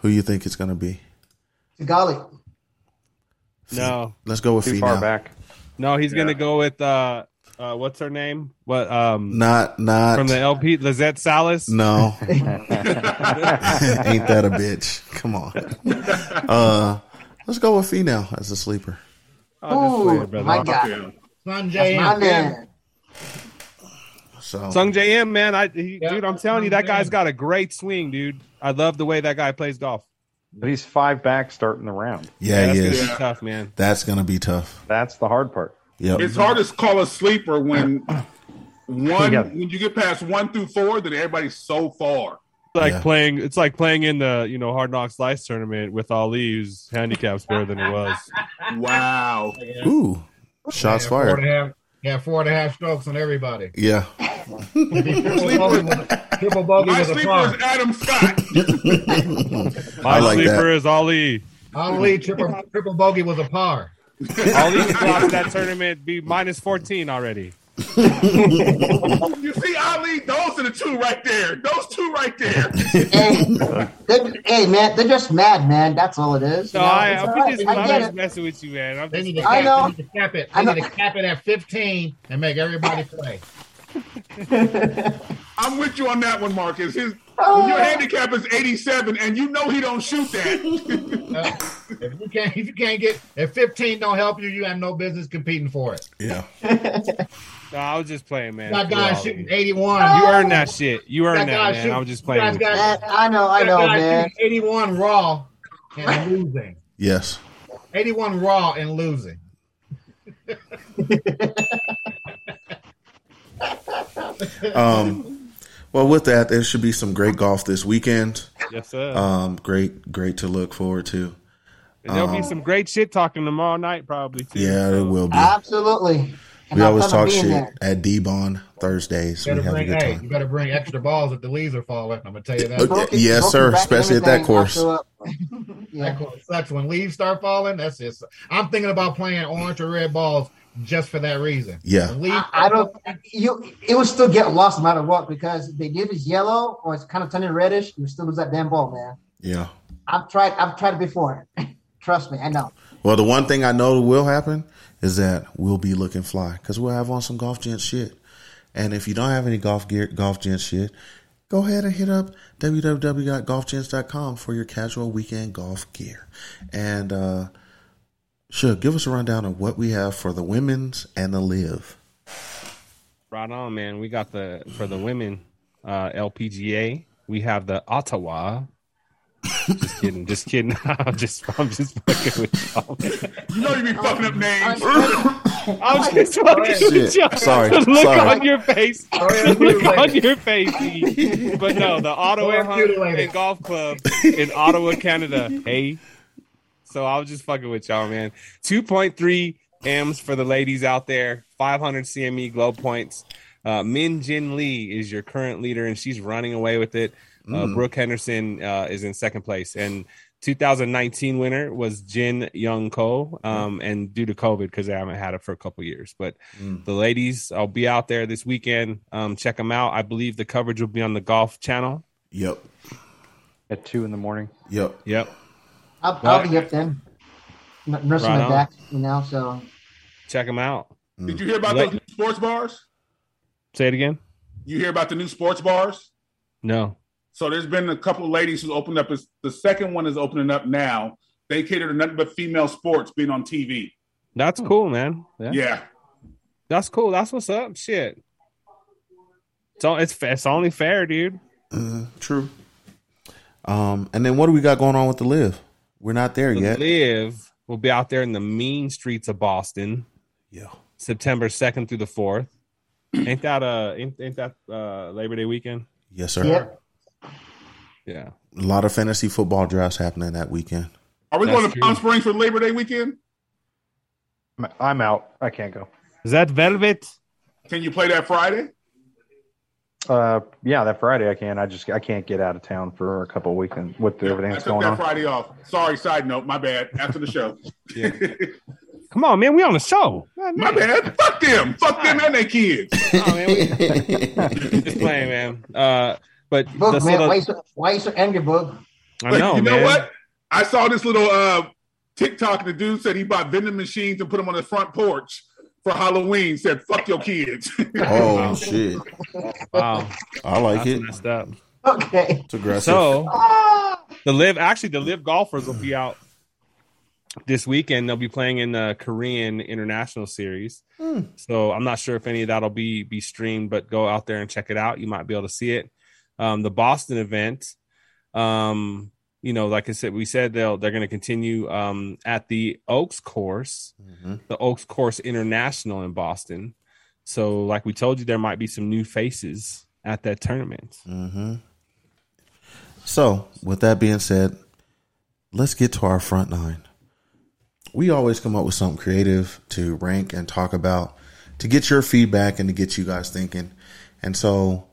Who you think it's going to be?
Tagali.
No,
Let's go with
Too
Fee
far
now.
back.
no, he's gonna go with uh, uh, what's her name? What um
Not, not.
from the LP Lizette Salas?
No. Ain't that a bitch? Come on. Uh, let's go with Fee now as a sleeper.
I'll just play
Ooh,
it, brother.
my God.
Sanjay
That's my
and
man.
So
Sung J M, man, I he,
Yeah,
dude, I'm telling you,
Sung
that guy's
JM.
got a great swing, dude. I love the way that guy plays golf.
But he's five back starting the round.
Yeah,
that's
he
gonna
is.
be tough, man.
That's gonna be tough.
That's the hard part.
Yep.
It's hard to call a sleeper when one
Yeah.
when you get past one through four, then everybody's so far.
Like playing, it's like playing in the you know Hard Knocks Life tournament with Ali, whose handicap's better than it was.
Wow!
Ooh, shots
Four and
fired.
a half, yeah, four and a half strokes on everybody.
Yeah.
Triple bogey was- triple bogey
My
was a
sleeper is
farm.
Adam Scott.
My
I like
sleeper
that.
is Ali.
Ali triple triple bogey was a par.
Ali has lost that tournament, be minus fourteen already.
you see Ali, those are the two right there. Those two right there.
hey, they're- hey, man, they're just mad, man. That's all it is. you
No,
know?
I,
It's
I'm,
all right.
just,
I
I'm
get
just
it.
messing with you, man. I'm
They
just,
need to cap,
I know.
They need to cap it.
I
They
know.
need to cap it at fifteen and make everybody play.
I'm with you on that one, Marcus. His, when your handicap is 87, and you know he don't shoot that.
Uh, if you can't, if you can't get, if fifteen don't help you, you have no business competing for it.
Yeah.
no, I was just playing, man.
That
Screw
guy
Ali.
shooting eighty-one.
You earned that shit. You earned
guy
that, man.
shoot-
I was just
that
playing. with
guy-
you.
Man, I know, I
That
know,
guy
man.
shooting eighty-one raw and losing.
Yes.
Eighty-one raw and losing.
Um. Well, with that, there should be some great golf this weekend.
Yes, sir.
Um. Great. Great to look forward to.
And there'll be some great shit talking tomorrow night, probably too.
Yeah, it
So,
will be.
Absolutely. And
We
I
always
plan on
talk
being
shit
there.
at D Bond Thursdays.
You
We
better
have a
bring,
good
hey, you
time.
better bring extra balls if the leaves are falling. I'm gonna tell you that.
Okay.
Broken-
Yes,
broken
sir,
back,
especially at that
everything,
course.
I'll show up. yeah.
That course sucks when leaves start falling. That's just. I'm thinking about playing orange or red balls just for that reason.
Yeah.
When leaves
I, I don't. You it would still get lost no matter what because they did is yellow or it's kind of turning reddish. You still lose that damn ball, man.
Yeah.
I've tried. I've tried it before. Uh, Trust me, I know.
Well, the one thing I know will happen is that we'll be looking fly because we'll have on some golf gent shit. And if you don't have any golf gear, golf gent shit, go ahead and hit up www.golfgents.com for your casual weekend golf gear. And uh, sure, give us a rundown of what we have for the women's and the live.
Right on, man. We got the for the women uh, LPGA. We have the Ottawa. Just kidding. Just kidding. I'm just I'm just fucking with y'all.
you know you be fucking up names.
I'm just fucking
Shit.
with y'all.
Sorry.
The look
Sorry.
on your face.
Oh,
The look on your face. E. But no, the Ottawa
Don't
Hunt
mutilate
and
it.
Golf Club in Ottawa, Canada. Hey. So I was just fucking with y'all, man. 2.3 M's for the ladies out there, 500 CME E glow points. Uh, Min Jin Lee is your current leader, and she's running away with it. Uh, Brooke Henderson uh, is in second place, and 2019 winner was Jin Young Ko. Um, and due to COVID, because I haven't had it for a couple years, but the ladies, I'll be out there this weekend. Um, check them out. I believe the coverage will be on the Golf Channel.
Yep.
At two in the morning.
Yep.
Yep.
I'll,
Right.
I'll be up then, N- nursing
Right
my
on.
back. You know, so
Check them out.
Did you hear about
Like-
those new sports bars?
Say it again.
You hear about the new sports bars?
No.
So there's been a couple of ladies who opened up. It's- The second one is opening up now. They cater to nothing but female sports being on TV.
That's cool, man. Oh. Yeah.
Yeah.
That's cool. That's what's up. Shit. So it's it's only fair, dude.
True. Um, and then what do we got going on with the live? We're not there yet.
Live will be out there in the mean streets of Boston,
Yeah.
September second through the fourth. Ain't that uh ain't, ain't that uh Labor Day weekend?
Yes, sir.
yeah.
Yeah.
A lot of fantasy football drafts happening that weekend.
Are we
That's
going to
true.
Palm Springs for Labor Day weekend?
I'm- I'm out. I can't go.
Is that Velvet?
Can you play that Friday?
Uh, yeah, that Friday I can. I just I can't get out of town for a couple of weekends with everything
I
that's
took
going
that
on.
Friday off. Sorry, side note. My bad. After the show.
Yeah. Come on, man. We on the show.
My bad. Fuck them. Fuck them and their kids.
Oh, man, we-
Oh,
just playing, man. Uh, but
Boog,
the- so
man,
the-
why you so, why you so angry, Boog?
I
Like,
know,
you know
man.
what? I saw this little uh TikTok and the dude said he bought vending machines and put them on the front porch for Halloween. Said, fuck your kids.
Oh shit!
Wow,
I like
that's
it.
messed up.
Okay.
It's aggressive.
So
Ah,
the live actually the live golfers will be out this weekend. They'll be playing in the Korean International Series. So I'm not sure if any of that'll be be streamed, but go out there and check it out. You might be able to see it. Um, the Boston event. Um, you know, like I said, we said they'll they're going to continue um, at the Oaks course, the Oaks course international in Boston. So, like we told you, there might be some new faces at that tournament.
Mm-hmm. So, with that being said, let's get to our front nine. We always come up with something creative to rank and talk about to get your feedback and to get you guys thinking. And so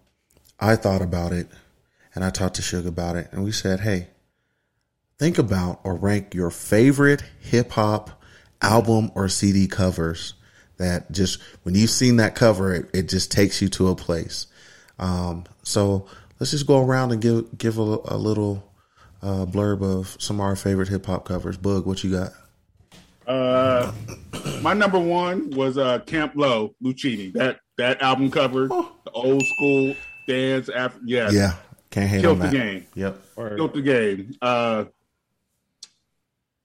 I thought about it and I talked to Suge about it. And we said, hey, think about or rank your favorite hip hop album or CD covers that just, when you've seen that cover, it, it just takes you to a place. Um, so let's just go around and give give a, a little uh, blurb of some of our favorite hip hop covers. Bug, what you got?
Uh, my number one was uh, Camp Low, Lucini. That that album cover, the old school dance. After yes,
Yeah, can't hate
killed
on
the
that.
game.
Yep.
Killed the game. Uh,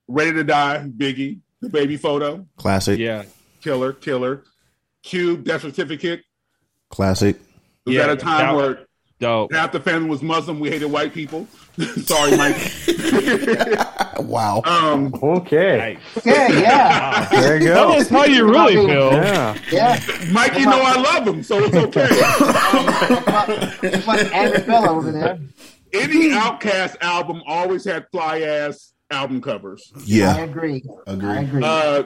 Ready to Die, Biggie, the baby photo,
Classic.
Yeah.
killer, killer. Cube, death certificate.
Classic.
It was
Yeah,
at a
that-
time where
dope.
half the family was Muslim. We hated white people. Sorry, Mike.
wow.
Um,
okay.
Okay, yeah.
There you go.
Tell us how you really feel.
Yeah.
Yeah.
Mike, you know I love him, so it's okay.
It's like Andrew Bell over there.
Any Outcast album always had fly ass album covers.
I agree.
Agree.
I agree.
Uh,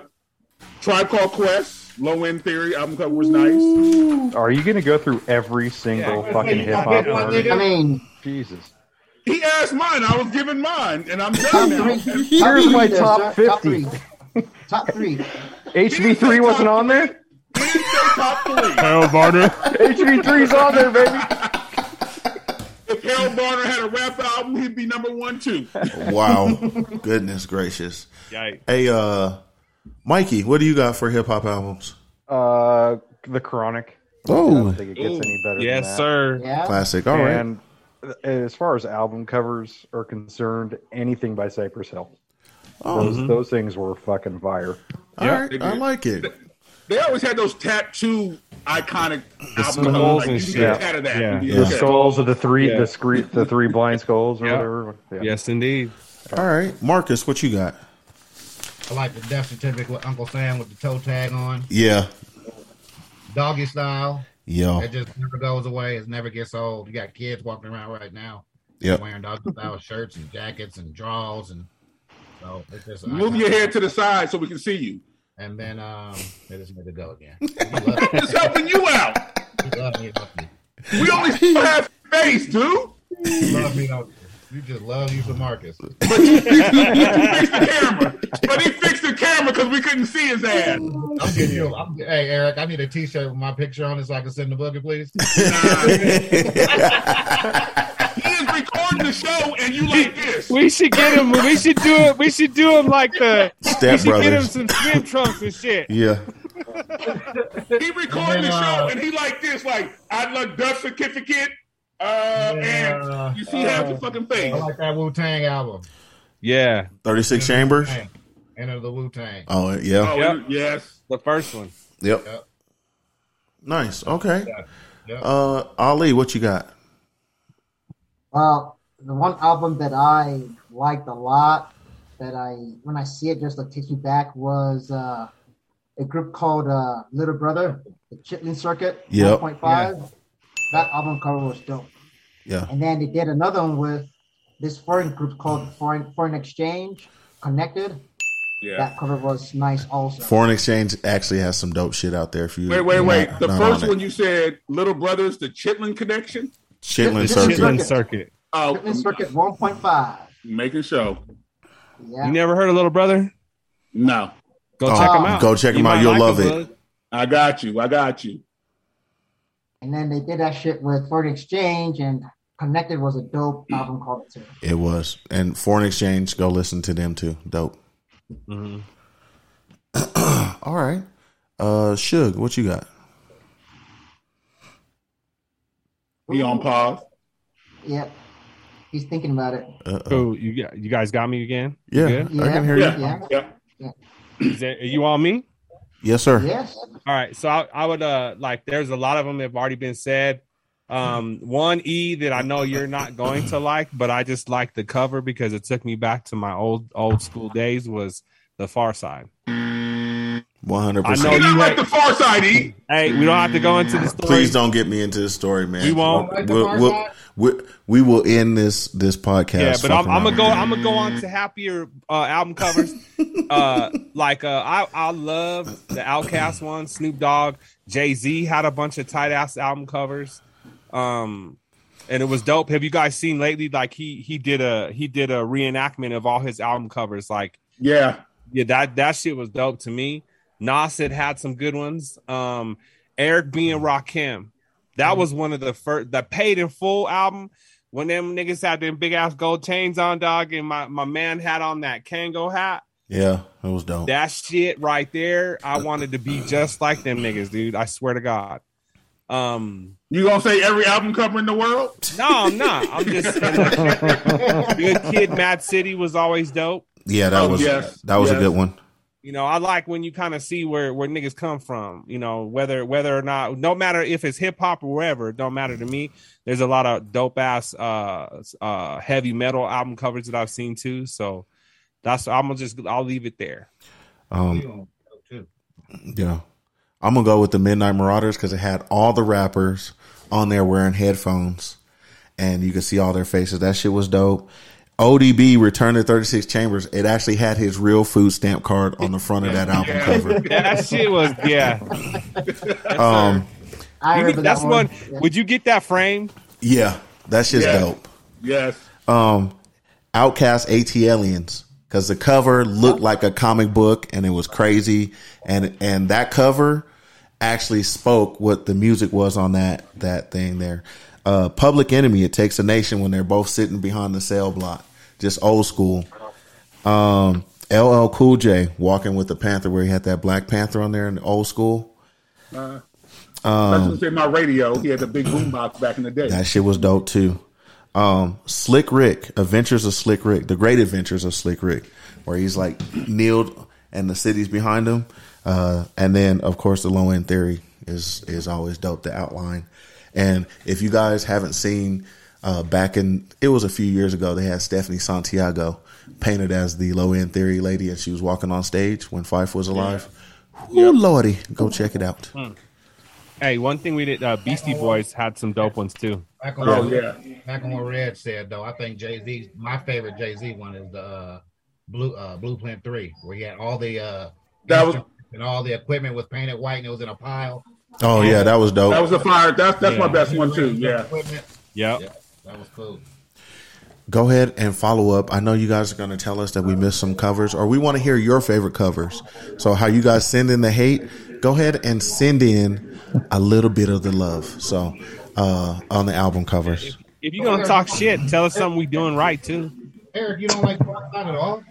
Tribe Called Quest, Low End Theory album cover was nice.
Are you going to go through every single fucking hip hop artist?
I mean,
Jesus.
He asked mine. I was giving mine, and I'm done now.
Here's
three
my
there,
top
sir. Top
50.
top three.
HV3 wasn't on there?
Top three.
Harold Varner.
HV3's on there, baby.
If Harold Varner had a rap album, he'd be number one too.
Wow. Goodness gracious.
Yikes.
Hey, uh, Mikey, what do you got for hip hop albums?
Uh, the Chronic.
Oh.
I don't think it gets any better. than
Yes,
that.
sir.
Yeah.
Classic. All right.
And as far as album covers are concerned, anything by Cypress Hill.
Mm-hmm.
Oh.
Those, those things were fucking fire.
All right. I like it.
They always had those tattoo iconic album
skulls
covers. Like,
and
you can
shit.
get tat of that.
Yeah,
and be
the
okay.
skulls of the three,
Yeah.
the scree, the three blind skulls or
Yeah.
whatever. Yeah.
Yes, indeed.
All right. Marcus, what you got?
I like the death certificate with Uncle Sam with the toe tag on,
Yeah.
doggy style.
Yo.
It just never goes away. It never gets old. You got kids walking around right now
Yep.
wearing doggy style shirts and jackets and drawers and so it's just an
Move
icon.
your head to the side so we can see you.
And then um, they just need to go again.
It's helping you out.
You love me, don't you?
We only still have face, dude.
You love me, don't you? You just love you for Marcus.
But you fixed the, you fixed the camera. But he fixed the camera because we couldn't see his ass.
I'm getting you. I'm, hey, Eric, I need a T-shirt with my picture on it so I can send the booker, please.
He is recording the show and you like this.
We should get him. We should do it. We should do him like the. We
Step
should get him
Brothers.
some swim trunks and shit.
Yeah.
He recording the show and he like this, like I love death certificate. Uh,
Yeah.
and you see
Oh.
half the fucking
I
face.
like that Wu Tang album.
Yeah,
36 Chambers.
Hey, Enter the Wu Tang.
Oh, yeah.
Oh,
Yep.
yes.
the first one.
Yep.
Yep.
Nice. Okay.
Yep.
Uh, Ali, what you got?
Well, the one album that I liked a lot, that I when I see it just like takes me back was uh, a group called uh, Little Brother, the Chitlin Circuit,
Yep.
1.5. That album cover was dope.
Yeah.
And then they did another one with this foreign group called Foreign Foreign Exchange Connected.
Yeah.
That cover was nice also.
Foreign Exchange actually has some dope shit out there. If you
Wait, wait,
not-
wait. The
not
first
on it.
one you said, Little Brothers, the Chitlin Connection.
Chitlin
Chitlin Circuit.
Circuit.
Chitlin Circuit.
Oh,
Chitlin Circuit 1.5.
making show.
Yeah.
You never heard of Little Brother?
No,
Go
Oh,
check him out.
go check him
You
out.
might
You'll
like
love
him,
it.
bud.
I got you. I got you.
And then they did that shit with Foreign Exchange and Connected was a dope uh, album cover too.
It was. And Foreign Exchange, go listen to them too. Dope.
Mm-hmm.
All right. Uh Suge, what you got?
He on pause.
Yep. He's thinking about it.
Uh-oh.
Cool. You got- you guys got me again. You
Uh, Yeah,
good?
I can hear you.
Yeah.
Yeah.
Yeah.
Is that, are you on me?
Yes, sir.
Yes.
All right. So I, I would uh like. There's a lot of them that have already been said. Um, one E that I know you're not going to like, but I just like the cover because it took me back to my old old school days. Was The Far Side.
One hundred
I
percent.
know you like
the Far Side. E.
Hey, we don't have to go into the story.
Please don't get me into the story, man.
We won't.
We'll, we'll, we'll, we will end this this podcast.
Yeah, but I'm,
fucking
I'm gonna
around.
go. I'm gonna go on to happier uh, album covers. uh, like uh, I, I love the Outcast one. Snoop Dogg, Jay Z had a bunch of tight ass album covers, um, and it was dope. Have you guys seen lately? Like he he did a he did a reenactment of all his album covers. Like
yeah,
yeah, that that shit was dope to me. Nas had had some good ones. Um, Eric B and Rakim, that was one of the first. The Paid in Full album when them niggas had them big ass gold chains on, dog, and my my man had on that Kango hat.
Yeah, it was dope.
That shit right there, I wanted to be just like them niggas, dude. I swear to God. Um,
You gonna say every album cover in the world?
no, I'm not. I'm just good kid. Mad City was always dope.
yeah, that
Oh,
was
yes,
that was a
yes.
good one.
You know, I like when you kind of see where where niggas come from. You know, whether whether or not, no matter if it's hip hop or wherever, it don't matter to me. There's a lot of dope ass uh uh heavy metal album covers that I've seen too. So that's I'm gonna just I'll leave it there.
Um, yeah, I'm gonna go with the Midnight Marauders because it had all the rappers on there wearing headphones, and you could see all their faces. That shit was dope. ODB Return to 36 Chambers. It actually had his real food stamp card on the front of that album cover.
that shit was yeah.
Um,
I
You
remember
get- that's
that one.
one. Would you get that framed?
yeah, that shit's
Yes.
dope.
Yes.
um outcast at aliens because the cover looked like a comic book and it was crazy and and that cover actually spoke what the music was on that that thing there uh public enemy it takes a nation when they're both sitting behind the cell block just old school um ll cool j walking with the panther where he had that black panther on there in the old school
Uh, that's
um
what's in my radio. He had the big boombox back in the day.
That shit was dope too. Um, Slick Rick, Adventures of Slick Rick, The Great Adventures of Slick Rick, where he's like kneeled and the city's behind him. Uh, and then of course the low end theory is is always dope. The outline, and if you guys haven't seen, uh, back in it was a few years ago, they had Stephanie Santiago painted as the low end theory lady, and she was walking on stage when Fife was alive. Ooh, lordy, go check it out.
Hey, one thing we did. Uh, Beastie Boys had some dope ones too.
Back on,
Oh
what,
yeah.
back on what Red said though, I think Jay Z. My favorite Jay Z one is the uh, blue uh, Blueprint Three, where he had all the uh,
That was-
and all the equipment was painted white and it was in a pile.
Oh yeah, that was dope.
That was a fire. That's that's my
Yeah.
best one too. Yeah.
Equipment.
Yep.
Yeah, that was cool.
go ahead and follow up. I know you guys are going to tell us that we missed some covers, or we want to hear your favorite covers. So, how you guys send in the hate? Go ahead and send in a little bit of the love. So, uh, on the album covers,
If you're gonna talk shit, tell us something we doing right too.
Eric, you don't like Block Nine at all?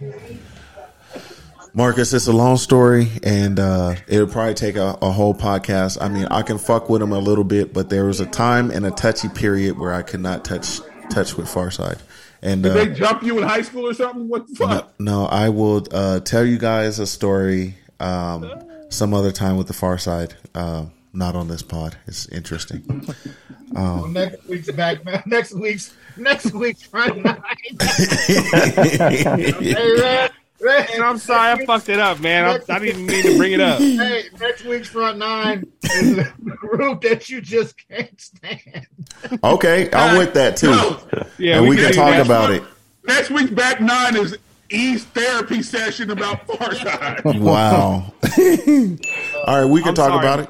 Marcus, it's a long story, and uh, it'll probably take a, a whole podcast. I mean, I can fuck with them a little bit, but there was a time and a touchy period where I could not touch touch with Farside. And
Did
uh,
they jump you in high school or something? What the fuck?
No, I will uh, tell you guys a story um, some other time with the Far Side. Um, not on this pod. It's interesting.
Well, next week's back. Next week's next week's front nine. Hey, Red, Red,
Man, I'm sorry, I fucked it up, man. I, I didn't mean to bring it up.
Hey, next week's front nine is the group that you just can't stand.
okay, I'm with that too,
Yeah,
and we, can
do
talk
that.
about it.
Next week's back nine is E's therapy session about Farside.
Wow. All right, we can
I'm
talk
sorry.
about it.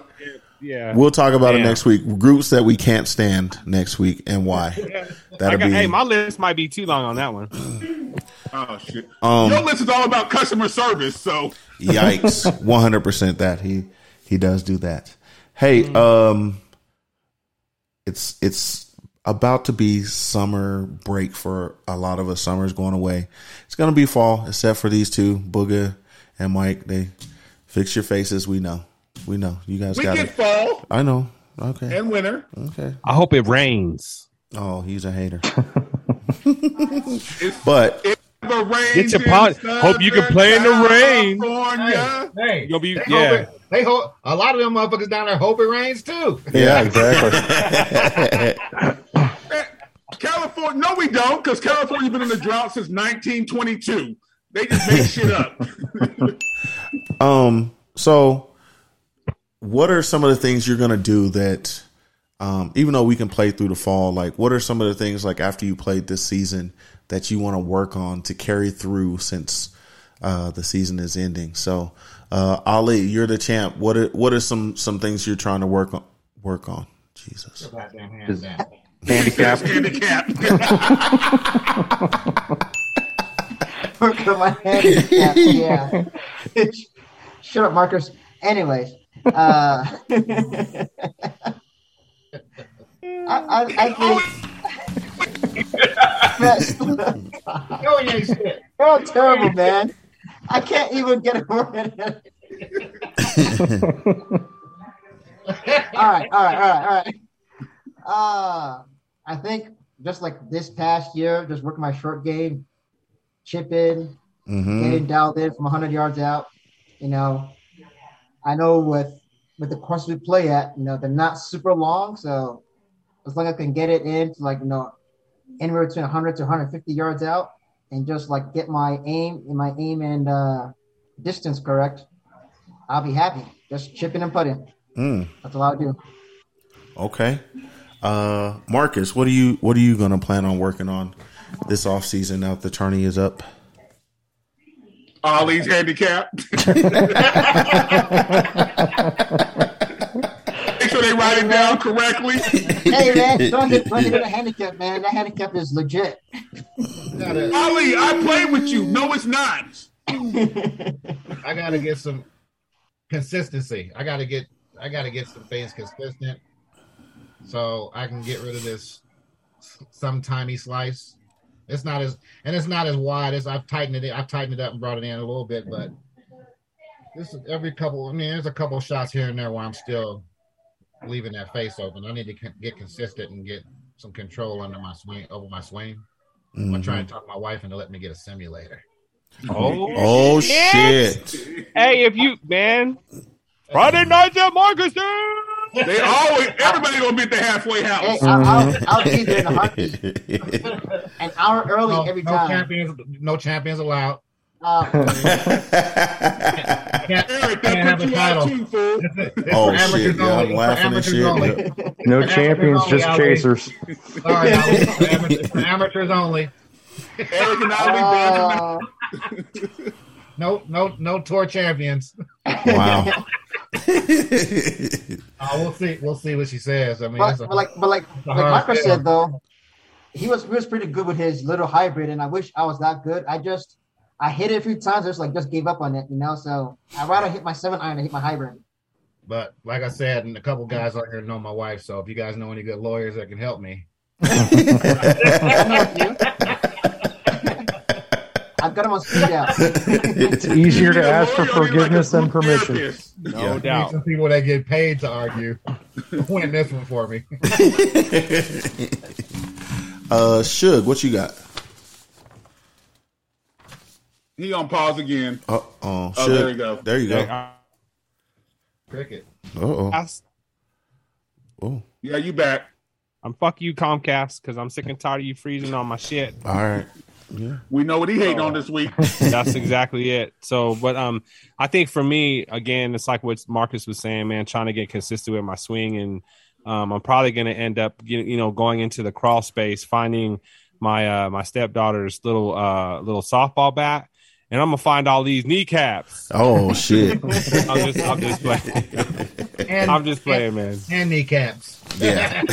Yeah.
We'll talk about it
Yeah.
next week. Groups that we can't stand next week and why.
I
That'll
got,
be
hey, my list might be too long on that one.
Oh shit!
Um,
Your list is all about customer service, so
Yikes. One hundred percent that. He he does do that. Hey, um it's it's about to be summer break for a lot of us. Summer's going away. It's gonna be fall, except for these two, Booga and Mike. They fix your faces, we know. We know. You guys
we
got
get
it.
fall
I know. Okay.
and winter.
Okay.
I hope it rains.
Oh, he's a hater.
It's,
But
it the rain.
Get your pod. Hope you can play in the rain.
California.
Hey,
You'll be
they hope
yeah.
it- they hope a lot of them motherfuckers down there hope it rains too.
Yeah, exactly.
California. No, we don't, because California's been in a drought since 1922. They just make shit up.
um. So, what are some of the things you're gonna do that? Um, even though we can play through the fall, like what are some of the things like after you played this season that you want to work on to carry through since uh, the season is ending? So, uh, Ali, you're the champ. What are what are some some things you're trying to work on? Work on Jesus.
Goddamn hands
Is-
down.
Handicap.
Handicap.
Look at my handicap. Yeah. Shut up, Marcus. Anyways, uh, I, I, I think.
No, it ain't shit.
You're all terrible, man. I can't even get a word in. all right, all right, all right, all right. Uh, I think just like this past year, just working my short game, chip in,
Mm-hmm.
getting dialed in from 100 yards out. You know, I know with with the courses we play at, you know, they're not super long, so as long as I can get it in to like you know anywhere between 100 to 150 yards out, and just like get my aim and my aim and uh, distance correct, I'll be happy. Just chipping and putting.
Mm.
That's all I'll do.
Okay. Uh Marcus, what are you what are you gonna plan on working on this off season now that the tourney is up?
Ollie's handicap. Make sure they write it down correctly.
Hey man, don't get don't get in a handicap, man. That handicap is legit.
Gotta-
Ollie, I play with you. No, it's not.
I gotta get some consistency. I gotta get I gotta get some things consistent so I can get rid of this s- sometimey slice. It's not as and it's not as wide as I've tightened it. in- I've tightened it up and brought it in a little bit, but this is every couple. I mean, there's a couple shots here and there where I'm still leaving that face open. I need to con- get consistent and get some control under my swing over my swing. I'm gonna try
Mm-hmm.
and talk my wife into letting me get a simulator.
Oh,
Oh shit.
hey, if you man, Friday nights at Marcus. dude!
They always everybody gonna be at the halfway
Hey,
house.
I'll, I'll, I'll be there in a heartbeat. An hour early
No,
every
no
time.
champions, no champions allowed.
Uh,
Can't-
Eric,
can't
that
have
put
a
you out
title.
too, fool.
It's
oh
for
shit,
amateurs
yeah,
only.
I'm
It's for
laughing and
amateurs
shit.
only.
Yep.
No
Amateurs
champions,
only,
just
Ali.
chasers.
Sorry, Ali. It's for amateurs- it's for amateurs only.
Eric and Ollie back
uh,
No, no, no tour champions.
Wow.
Uh, we'll see. We'll see what she says. I mean,
but,
it's a-
but like, but like,
a
like
hard
Marco
sell.
said though, he was he was pretty good with his little hybrid, and I wish I was that good. I just I hit it a few times, I just like just gave up on it, you know. So I would rather hit my seven iron than hit my hybrid.
but like I said, and a couple guys out here know my wife. So if you guys know any good lawyers that can help me,
I've got him on speed out.
It's easier
in
to
the
ask for
room. You're like a
forgiveness than
group
permission.
therapist.
No
Yeah.
Need
doubt.
some people that get paid to argue. Win this one for me.
uh Suge, what you got?
He on pause again.
Uh oh
Oh, there you go.
There you go. Uh
I,
Cricket.
oh.
I,
Oh.
Yeah, you back.
am fuck you Comcast because I'm sick and tired of you freezing on my shit.
All right.
We know what he hating
Oh.
on this week.
That's exactly it. So, but um, I think for me, again, it's like what Marcus was saying, man. Trying to get consistent with my swing, and um, I'm probably going to end up, you you know, going into the crawl space, finding my uh, my stepdaughter's little uh, little softball bat, and I'm gonna find all these kneecaps.
Oh shit.
I'm just, I'm just playing.
And,
I'm just playing, man.
and kneecaps.
Yeah.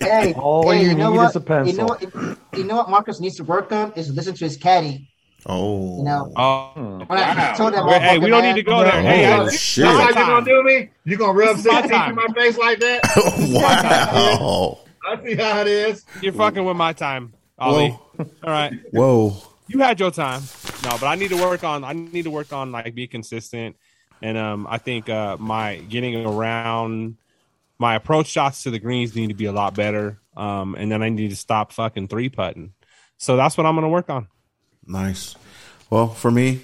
Hey,
All
hey,
you
you, know
need
what?
is a pencil.
You know what? You know what Marcus needs to work on is listen to his caddy.
Oh.
No.
Oh,
When I
Wow.
told that
hey, we
motherfucker,
don't
man,
need to go there. Hey,
Oh
I,
shit.
That's
my
how you gonna
time.
do me? You gonna rub sixteen
time.
in my face like that?
wow.
I see how it is.
you're fucking with my time, Ollie. All right.
Whoa.
you had your time. No, but I need to work on. I need to work on like be consistent, and um, I think uh, my getting around my approach shots to the greens need to be a lot better. Um, and then I need to stop fucking three putting. So that's what I'm going to work on.
Nice. Well, for me,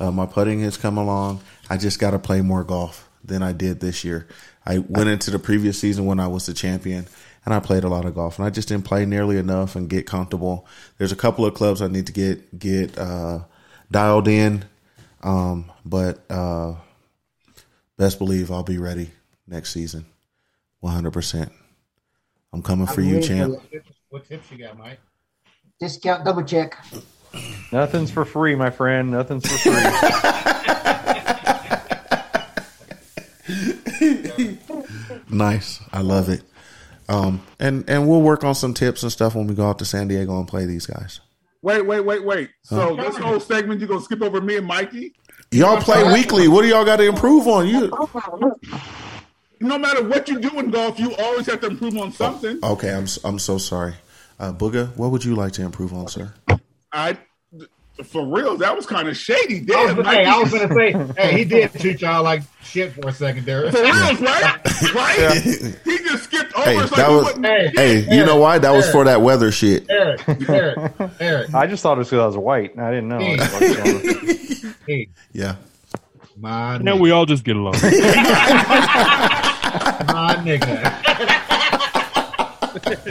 uh, my putting has come along. I just got to play more golf than I did this year. I went into the previous season when I was the champion and I played a lot of golf and I just didn't play nearly enough and get comfortable. There's a couple of clubs I need to get get uh, dialed in, um, but uh, best believe I'll be ready next season, 100. percent I'm coming for
I'm
you,
ready for
champ.
you.
What tips you got, Mike?
Discount double check.
Nothing's for free, my friend. Nothing's for free.
Nice. I love it. Um, and and we'll work on some tips and stuff when we go out to San Diego and play these guys.
Wait, wait, wait, wait. So
Huh?
this whole segment, you're gonna skip over me and Mikey?
Y'all play weekly. What do y'all got to improve on? You
No matter what you do in golf, you always have to improve on something.
okay? I'm s- I'm so sorry, uh, Booga. What would you like to improve on, sir?
I, for real, that was kind of shady.
I was,
Damn,
gonna- hey, I was gonna say, hey, he did treat y'all like shit for a second there.
For real, right? Right? He just skipped over.
Hey,
it's like
that
we
was
wasn't-
hey. you know why? That was for that weather shit.
Eric, Eric, Eric.
I just thought it was because I was white. I didn't know.
Hey,
Yeah.
my
Now
nigga.
we all just get along.
My nigga.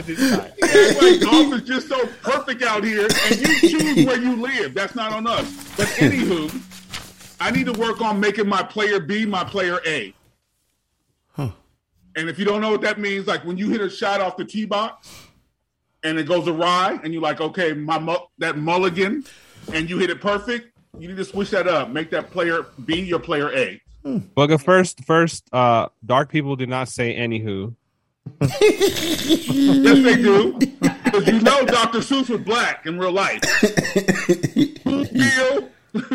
It's like golf is just so perfect out here, and you choose where you live. That's not on us. But anywho, I need to work on making my player B my player A.
Huh.
And if you don't know what that means, like when you hit a shot off the tee box and it goes awry, and you're like, okay, my mu- that mulligan, and you hit it perfect, you need to switch that up. Make that player B your player A.
Bugger first, first, uh, dark people did not say anywho.
Yes, they do. Because you know Dr. Seuss was black in real life.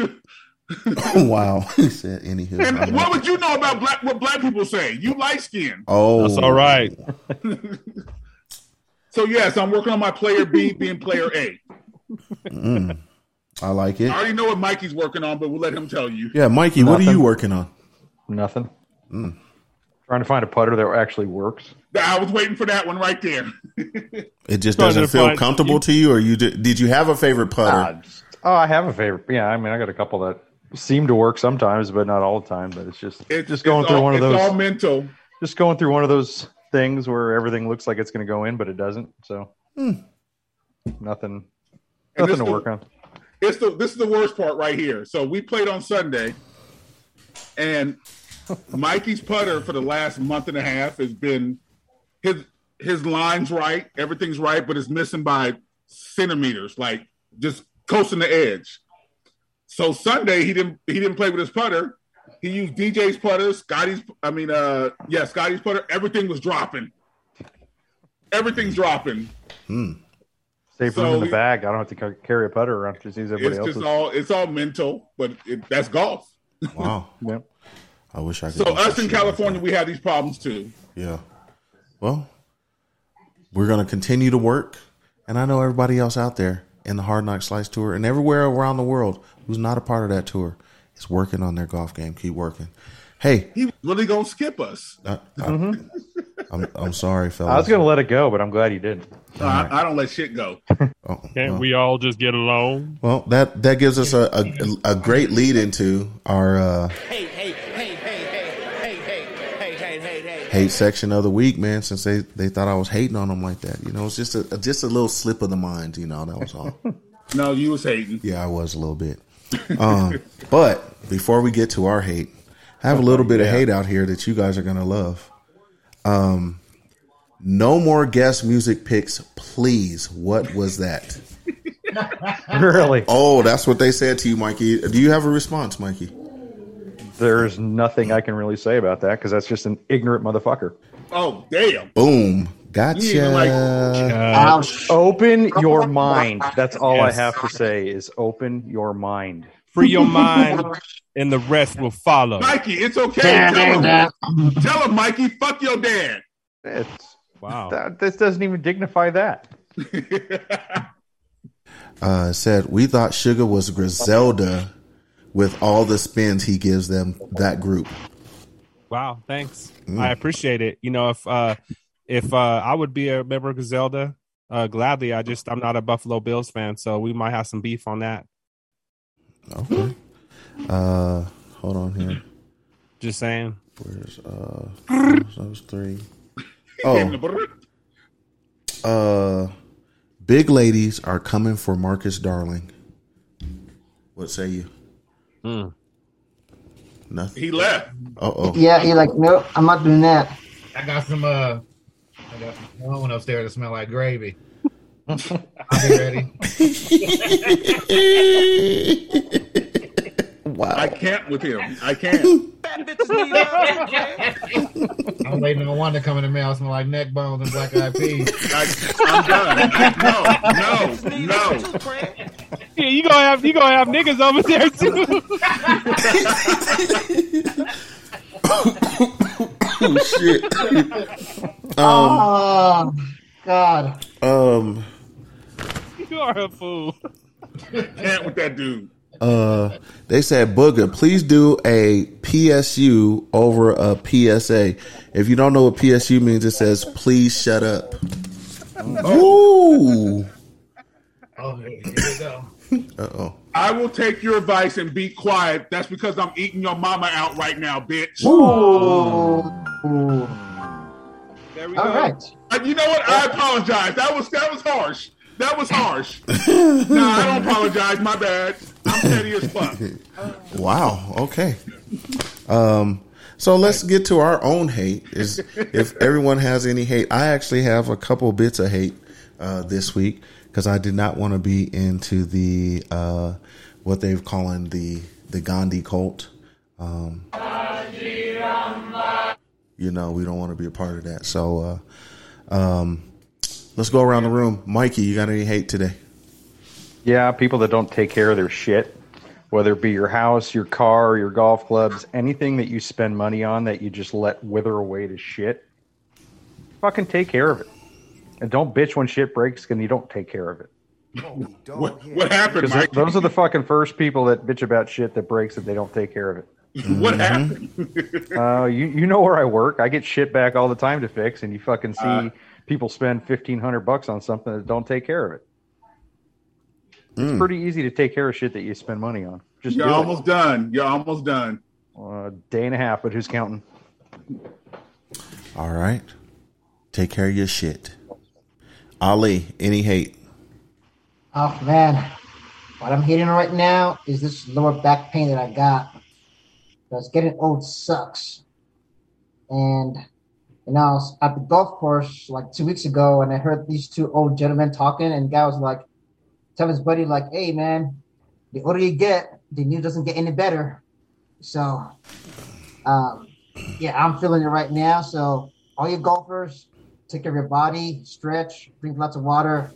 Bill.
wow. He said, anywho.
And what would you know about black what black people say? You light skin.
Oh,
That's all right.
So yes, I'm working on my player B being player A.
Mm. I like
I
it.
already know what Mikey's working on, but we'll let him tell you.
Yeah, Mikey, what are
Nothing.
you working on?
Nothing. Hmm.
Mm.
Trying to find a putter that actually works.
I was waiting for that one right there.
It just
Trying to
doesn't feel
find-
comfortable to you, or you did, did you have a favorite
Ah,
putter?
just- oh, I have a favorite. Yeah, I mean, I got a couple that seem to work sometimes, but not all the time. But it's just
It's
just going
it's
through
all,
one of
it's
those.
all mental.
just going through one of those things where everything looks like it's going to go in, but it doesn't. So nothing,
And
nothing
this
to
is-
work on.
It's the this is the worst part right here. So we played on Sunday, and Mikey's putter for the last month and a half has been his his lines right, everything's right, but it's missing by centimeters, like just coasting the edge. So Sunday he didn't he didn't play with his putter. He used DJ's putter, Scotty's I mean uh yeah, Scotty's putter, everything was dropping. Everything's dropping.
Save
So
room in the
we-
bag. I don't have to ca- carry a putter around. Just use everybody
It's just
else's.
all it's all mental, but it, that's golf.
Wow.
Yeah.
I wish I could.
So
do some
us
shit
in
like
California,
that.
we have these problems too.
Yeah. Well, we're going to continue to work. And I know everybody else out there in the Hard Knock Slice Tour and everywhere around the world who's not a part of that tour is working on their golf game. Keep working. Hey,
He was really gonna skip us.
I, am I'm sorry, fellas.
I was going to let it go, but I'm glad you did.
I, I don't let shit go.
Oh,
Can't
well.
we all just get along?
Well, that, that gives us a, a, a great lead into our uh,
Hey, hey, hey, hey, hey, hey, hey, hey, hey, hey, hey.
hate section of the week, man. Since they, they thought I was hating on them like that, you know, it's just a just a little slip of the mind, you know. That was all.
No, you was hating.
Yeah, I was a little bit. Um, but before we get to our hate, I have a little bit of hate out here that you guys are gonna love. Um, no more guest music picks, please. What was that?
really,
Oh, that's what they said to you, Mikey. Do you have a response, Mikey?
there's nothing I can really say about that because that's just an ignorant motherfucker.
Oh damn.
Boom, gotcha.
You even like-
Uh,
Ouch.
Open your mind. That's all
Yes.
I have to say is open your mind.
Free your mind, and the rest will follow.
Mikey, it's okay.
Damn,
tell, him,
damn, damn.
tell him, Mikey, fuck your dad.
It's
Wow.
that, this doesn't even dignify that.
uh, said we thought Sugar was Griselda with all the spins he gives them that group.
Wow. Thanks. I appreciate it. You know, if uh if uh I would be a member of Griselda, uh, gladly. I just I'm not a Buffalo Bills fan, so we might have some beef on that.
Okay. Uh, hold on here.
Just saying.
Where's uh those three? Oh. Uh, big ladies are coming for Marcus Darling. What say you? Nothing.
He left.
Uh oh.
Yeah, you're like, no, I'm not doing that.
I got some uh, I got some cologne upstairs that smell like gravy. I'll be ready.
wow.
I can't with him. I can't.
I'm waiting on one to come in the mail. Smell like neck bones and black eyed peas.
I, I'm done. No, no, no.
Yeah, you gonna have you gonna have niggas over there too.
Oh shit. um,
Oh God.
um.
you are a fool.
Can't with that dude.
Uh, they said, Booger, please do a PSU over a PSA. If you don't know what PSU means, it says, please shut up. Ooh.
Oh, here we go.
Uh oh.
I will take your advice and be quiet. That's because I'm eating your mama out right now, bitch.
Ooh.
There we
All
go.
right.
Uh, You know what? I apologize. That was that was harsh. That was harsh. no, I don't apologize. My bad. I'm petty as fuck.
Wow. Okay. Um, so let's get to our own hate. Is if everyone has any hate, I actually have a couple bits of hate uh, this week because I did not want to be into the uh, what they've calling the the Gandhi cult. Um, you know, we don't want to be a part of that. So, uh, um, let's go around the room. Mikey, you got any hate today?
Yeah, people that don't take care of their shit, whether it be your house, your car, your golf clubs, anything that you spend money on that you just let wither away to shit, fucking take care of it. And don't bitch when shit breaks and you don't take care of it.
What, what happened,
Because
Mike?
those are the fucking first people that bitch about shit that breaks if they don't take care of it.
what
Mm-hmm.
happened?
Uh, you you know where I work. I get shit back all the time to fix, and you fucking see people spend fifteen hundred bucks on something that don't take care of it. It's pretty easy to take care of shit that you spend money on. Just do
You're
it.
almost done. You're almost done.
Uh, day and a half, but who's counting?
All right. Take care of your shit. Ali, any hate?
Oh man, what I'm hitting right now is this lower back pain that I got. Because getting old sucks. And you know, I was at the golf course like two weeks ago, and I heard these two old gentlemen talking, and guy was like, telling his buddy like, "Hey man, the older you get, the news doesn't get any better." So, um, yeah, I'm feeling it right now. So, all you golfers, take care of your body, stretch, drink lots of water,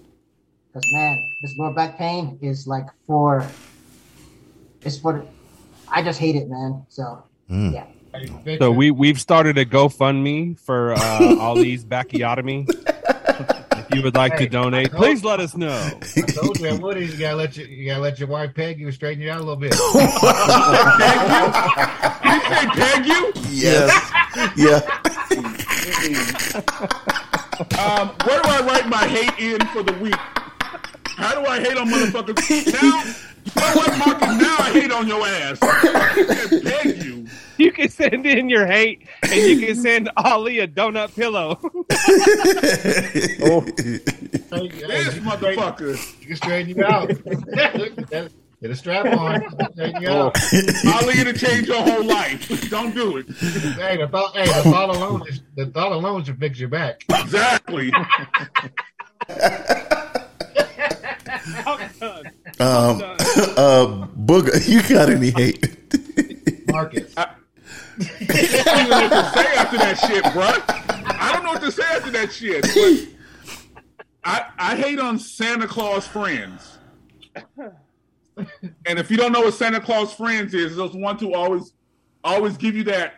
because man, this lower back pain is like for it's for I just hate it, man. So
Mm.
yeah.
So we we've started a GoFundMe for uh, Ali's bacchiotomy. if you would like to
Hey,
donate,
I hope-
please let us know.
I told you at Woody's, you gotta let you, you gotta let your wife peg you straighten you out a little bit.
Hey, peg you?
Yes. yeah.
Um, where do I write my hate in for the week? How do I hate on motherfuckers? Now, you know what, Marcus? Now I hate on your ass. I can beg you.
You can send in your hate, and you can send Ali a donut pillow.
Hey, hey,
This motherfucker.
you can straighten you out. Get a strap on. Straighten you out.
I'll leave you to change your whole life. Don't do it.
Hey, the thought, hey, the thought alone, is, the thought alone should fix your back.
Exactly.
Um, uh, Booger, you got any hate?
Marcus,
I don't know what to say after that shit, bruh. I don't know what to say after that shit. but I I hate on Santa Claus friends. And if you don't know what Santa Claus friends is, those ones who always always give you that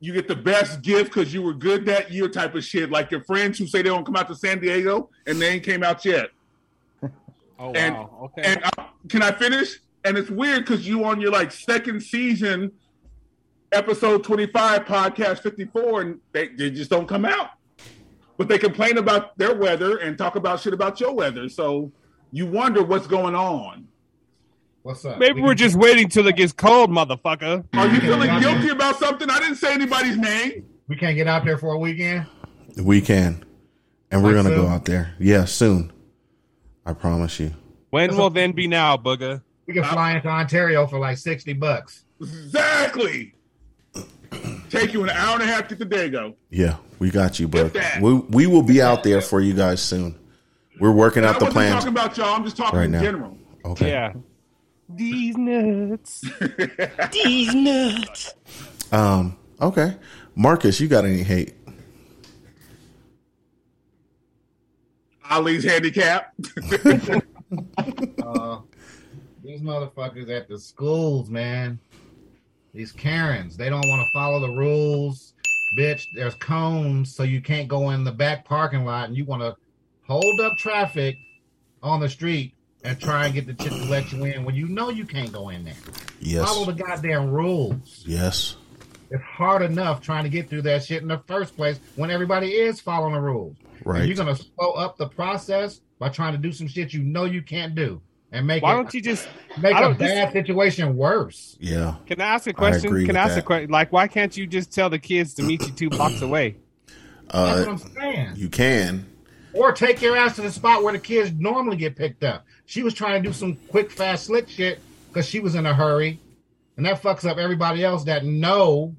you get the best gift because you were good that year type of shit. Like your friends who say they don't come out to San Diego and they ain't came out yet.
Oh
And-
wow! Okay.
And I, can I finish? And it's weird because you on your like second season, episode twenty five, podcast fifty four, and they, they just don't come out. But they complain about their weather and talk about shit about your weather. So you wonder what's going on.
What's up?
Maybe we're just waiting till it gets cold, motherfucker.
Are
Mm-hmm.
you feeling guilty about something? I didn't say anybody's name.
We can't get out there for a weekend.
We can. And we're
Like
going to go
soon?
out there. Yeah, soon. I promise you.
When will then be now, booger?
We can fly into Ontario for like sixty bucks.
Exactly. Take you an hour and a half to get to Dago.
Yeah, we got you, bro. We, we will be out there for you guys soon. We're working
I
out the
wasn't
plans.
talking about y'all. I'm just talking
right
in
now.
general.
Okay.
Yeah.
These nuts.
These nuts.
Um, okay. Marcus, you got any hate?
Ali's handicap.
Uh, these motherfuckers at the schools, man. These Karens, they don't want to follow the rules, bitch. There's cones, so you can't go in the back parking lot, and you want to hold up traffic on the street and try and get the chick to let you in when you know you can't go in there.
Yes.
Follow the goddamn rules.
Yes.
It's hard enough trying to get through that shit in the first place when everybody is following the rules.
Right.
And you're gonna slow up the process by trying to do some shit you know you can't do and make.
Why
it-
don't you just
make
I
a
don't- this-
bad situation worse?
Yeah.
Can I ask a
I
question?
agree
Can
with
I ask
that.
a question? Like, why can't you just tell the kids to meet you two blocks away?
That's what
Uh,
I'm saying.
you can.
Or take your ass to the spot where the kids normally get picked up. She was trying to do some quick, fast, slick shit because she was in a hurry, and that fucks up everybody else that know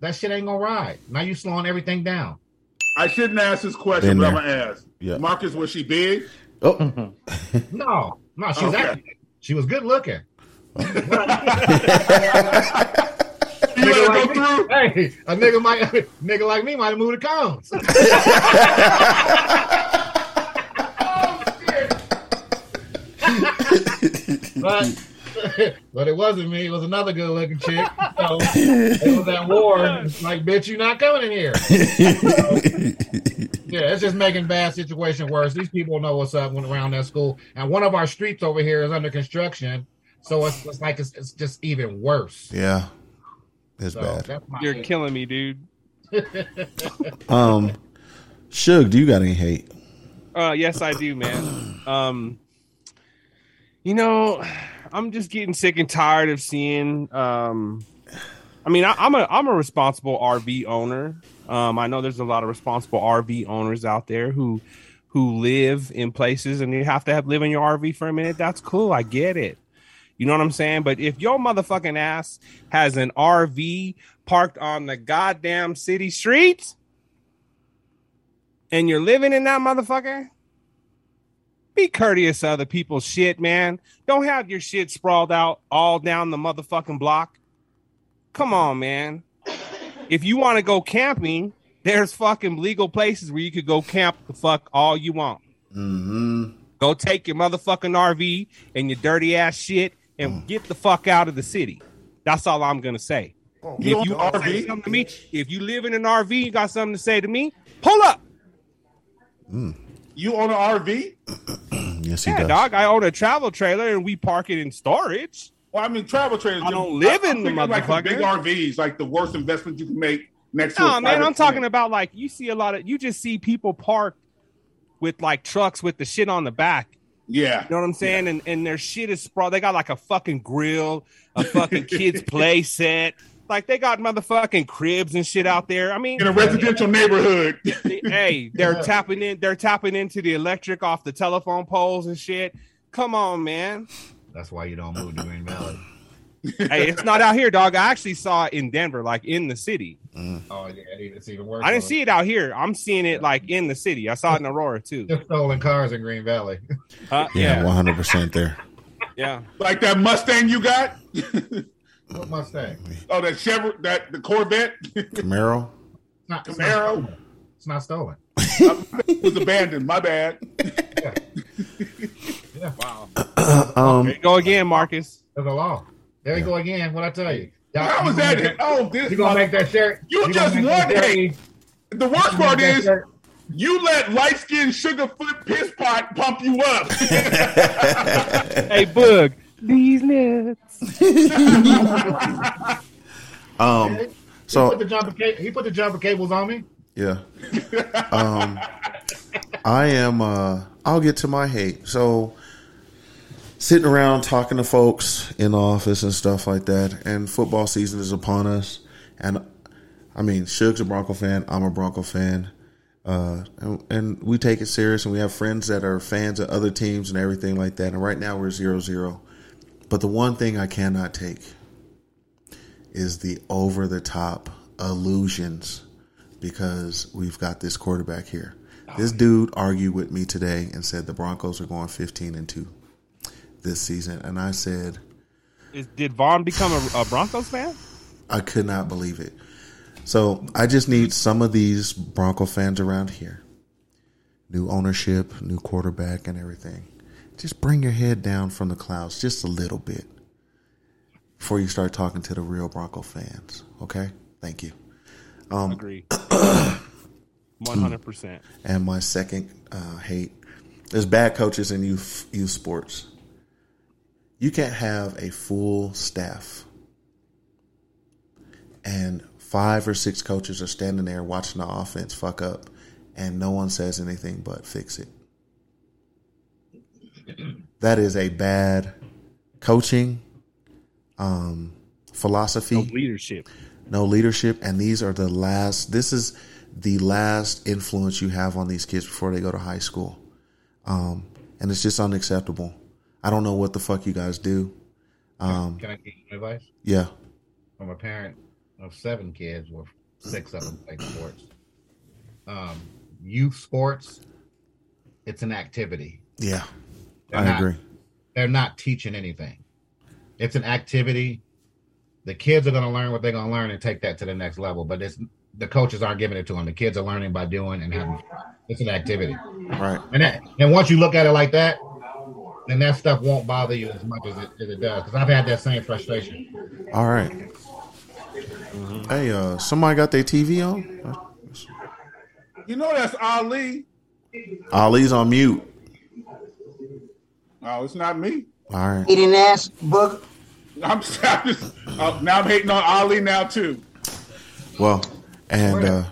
that shit ain't gonna ride. Now you slowing everything down.
I shouldn't ask this
Been
question, but I'm
there.
gonna ask.
Yeah.
Marcus, was she big?
Oh.
No, no, she was
Okay.
actually she was good looking.
You
Nigga
let her
like
go through?
me- hey, a nigga might nigga like me might have moved the cones. but, but it wasn't me. It was another good looking chick. So it was at war. and It's like, bitch, you not coming in here. Yeah, it's just making bad situation worse. These people know what's up when around that school, and one of our streets over here is under construction, so it's, it's like it's, it's just even worse.
yeah. It's
So
bad.
that's my
You're
hate.
killing me, dude.
Um, Suge, do you got any hate?
Uh, yes, I do, man. Um, you know, I'm just getting sick and tired of seeing. Um, I mean, I, I'm a I'm a responsible RV owner. Um, I know there's a lot of responsible RV owners out there who who live in places and you have to have live in your RV for a minute. That's cool. I get it. You know what I'm saying? But if your motherfucking ass has an RV parked on the goddamn city streets and you're living in that motherfucker, be courteous to other people's shit, man. Don't have your shit sprawled out all down the motherfucking block. Come on, man. If you want to go camping, there's fucking legal places where you could go camp the fuck all you want.
Mm-hmm.
Go take your motherfucking RV and your dirty ass shit and get the fuck out of the city. That's all I'm gonna say. if you
God.
RV something to me, if you live in an RV, you got something to say to me, pull up.
You own an RV?
Yes, he
Yeah,
does.
dog. I own a travel trailer and we park it in storage.
Well, I mean, travel trailers.
I don't live in the
thinking Like the big
motherfucker.
RVs, like the worst investment you can make next to.
No,
a
man,
private
I'm talking
plane.
about like you see a lot of you just see people parked with like trucks with the shit on the back.
Yeah,
You know what I'm saying? And and their shit is sprawled. They got like a fucking grill, a fucking kids play set. Like they got motherfucking cribs and shit out there. I mean,
in a residential neighborhood.
hey, they're tapping in. They're tapping into the electric off the telephone poles and shit. Come on, man.
That's why you don't move to Green Valley.
Hey, it's not out here, dog. I actually saw it in Denver, like in the city.
Oh yeah, it's even worse.
I didn't see it out here. I'm seeing it like in the city. I saw it in Aurora too.
Just stolen cars in Green Valley.
Huh?
yeah,
yeah,
one hundred percent there.
yeah.
like that Mustang you got?
What Mustang?
oh, that Chevrolet, that the Corvette
Camaro.
It's not, it's not
Camaro
stolen. It's not stolen.
was abandoned. My bad.
Um,
There you go again, Marcus.
There's a law. There you go again. What I tell you? Y'all-
How was
you gonna
that?
make
oh, this
You gonna make that shirt?
You
gonna
just
make
won,
that
hey.
shirt?
The worst
You gonna
part
make that
is
shirt?
you let light skinned sugarfoot piss pot pump you up.
Hey, Boog. These nuts.
um,
He put
so Um,
the jumper ca- he put the jumper cables on me.
Yeah. Um, I am. Uh, I'll get to my hate. So, sitting around talking to folks in the office and stuff like that, and football season is upon us. And I mean, Suge's a Bronco fan. I'm a Bronco fan. Uh, and, and we take it serious, and we have friends that are fans of other teams and everything like that. And right now we're zero zero. But the one thing I cannot take is the over the top illusions because we've got this quarterback here. This dude argued with me today and said the Broncos are going 15 and 2 this season. And I said,
Is, did Vaughn become a, a Broncos fan?
I could not believe it. So I just need some of these Bronco fans around here. New ownership, new quarterback, and everything. Just bring your head down from the clouds just a little bit before you start talking to the real Bronco fans. Okay? Thank you. Um,
Agree. 100%.
And my second uh, hate is bad coaches in youth youth sports. You can't have a full staff, and five or six coaches are standing there watching the offense fuck up, and no one says anything but fix it. That is a bad coaching um, philosophy.
No leadership.
No leadership, and these are the last. This is the last influence you have on these kids before they go to high school. Um, and it's just unacceptable. I don't know what the fuck you guys do. Um,
Can I get you some advice
yeah.
from a parent of seven kids, where six of them play sports? Um, youth sports, it's an activity.
Yeah.
They're
I
not-
agree.
They're not teaching anything. It's an activity. The kids are going to learn what they're going to learn and take that to the next level. But it's the coaches aren't giving it to them. The kids are learning by doing and having. It's an activity.
Right.
And that, and once you look at it like that, then that stuff won't bother you as much as it, as it does. Because I've had that same frustration.
All right. Hey, uh, somebody got their TV on?
You know that's Ali.
Ollie's on mute.
Oh, it's not me.
All right.
Eating ass book.
I'm, I'm just, uh, now I'm hating on Ali now too.
Well, and uh,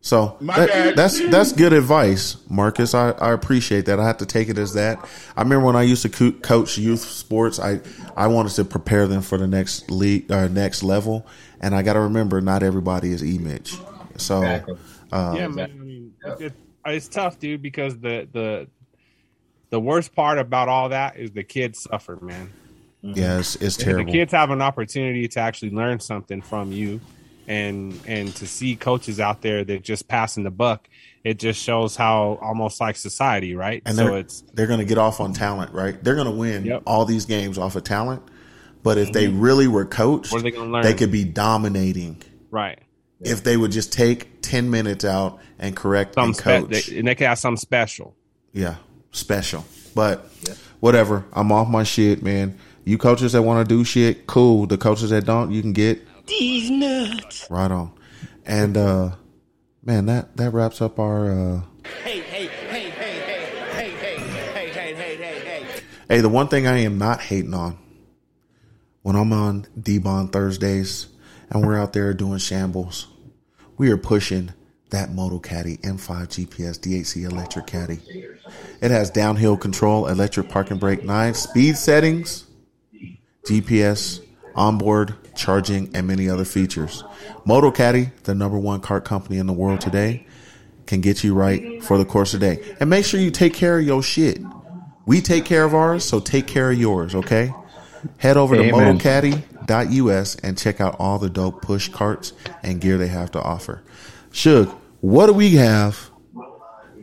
so
My
that-
bad.
that's that's good advice, Marcus. I, I appreciate that. I have to take it as that. I remember when I used to co- coach youth sports, I I wanted to prepare them for the next league, uh, next level, and I got to remember not everybody is E Mitch. So, uh,
yeah, man. I mean, it's, it's tough, dude, because the the the worst part about all that is the kids suffer, man.
yeah, it's, it's
If
terrible.
The kids have an opportunity to actually learn something from you, and and to see coaches out there that just passing the buck, it just shows how almost like society, right?
and
so
they're,
it's
they're going to get off on talent, right? They're going to win all these games off of talent. But if they really were coached,
Mm-hmm. What are they gonna learn?
they could be dominating
right.
if they would just take 10 minutes out and correct
Some
and
spe-
coach.
they, and they can have something special.
yeah, special. But whatever, I'm off my shit, man. You coaches that want to do shit, cool. The coaches that don't, you can get
These nuts.
right on. And uh man, that that wraps up our uh
Hey, hey, hey, hey, hey, hey, hey, hey, hey, hey, hey, hey.
Hey, the one thing I am not hating on when I'm on D Bond Thursdays and we're out there doing shambles, we are pushing that Moto Caddy M5 GPS DHC electric caddy. It has downhill control, electric park and brake, nine speed settings, GPS, onboard charging, and many other features. Moto Caddy, the number one cart company in the world today, can get you right for the course of the day. And make sure you take care of your shit. We take care of ours, so take care of yours, okay? Head over to
Amen.
motocaddy.us and check out all the dope push carts and gear they have to offer. Suge, what do we have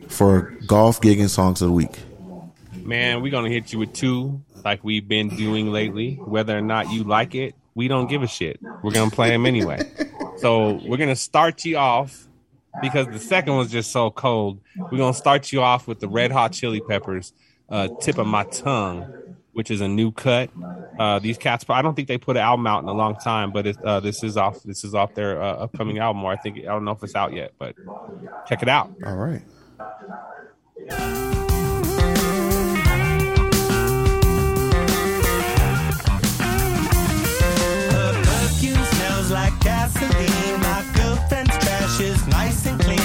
for golf gigging songs of the week?
Man, we're gonna hit you with two like we've been doing lately. Whether or not you like it, we don't give a shit. We're gonna play them anyway. so we're gonna start you off because the second one's just so cold. We're gonna start you off with the Red Hot Chili Peppers, uh, "Tip of My Tongue," which is a new cut. Uh, these cats, I don't think they put an album out in a long time, but it, uh, this is off. This is off their uh, upcoming album, or I think I don't know if it's out yet, but check it out.
All right.
Her perfume smells like gasoline. My girlfriend's trash is nice and clean.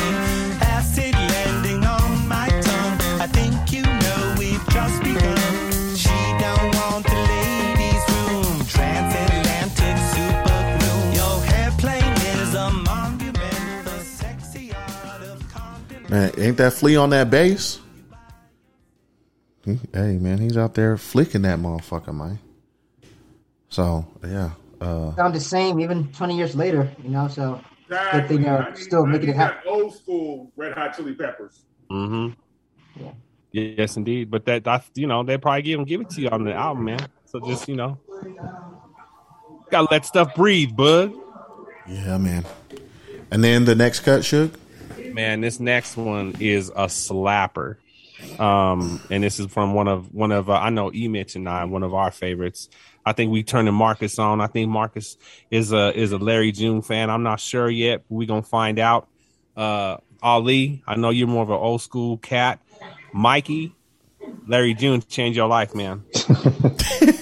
Man, ain't that flea on that bass? He- hey man, he's out there flicking that motherfucker, man. So yeah, uh,
Sound the same even 20 years later, you know. So good thing uh,
I
they're
need-
still
I
making it
need
happen.
that Old school Red Hot Chili Peppers.
Mm-hmm. Yes, indeed. But that, that's you know, they probably give give it to you on the album, man. So just you know, gotta let stuff breathe, bud.
yeah, man. And then the next cut, shook.
Man, this next one is a slapper. Um, and this is from one of one of uh, I know E Mitch and I, one of our favorites. I think we turning Marcus on. I think Marcus is a is a Larry June fan. I'm not sure yet. But we gonna find out. Uh, Ali, I know you're more of an old school cat. Mikey, Larry June changed your life, man.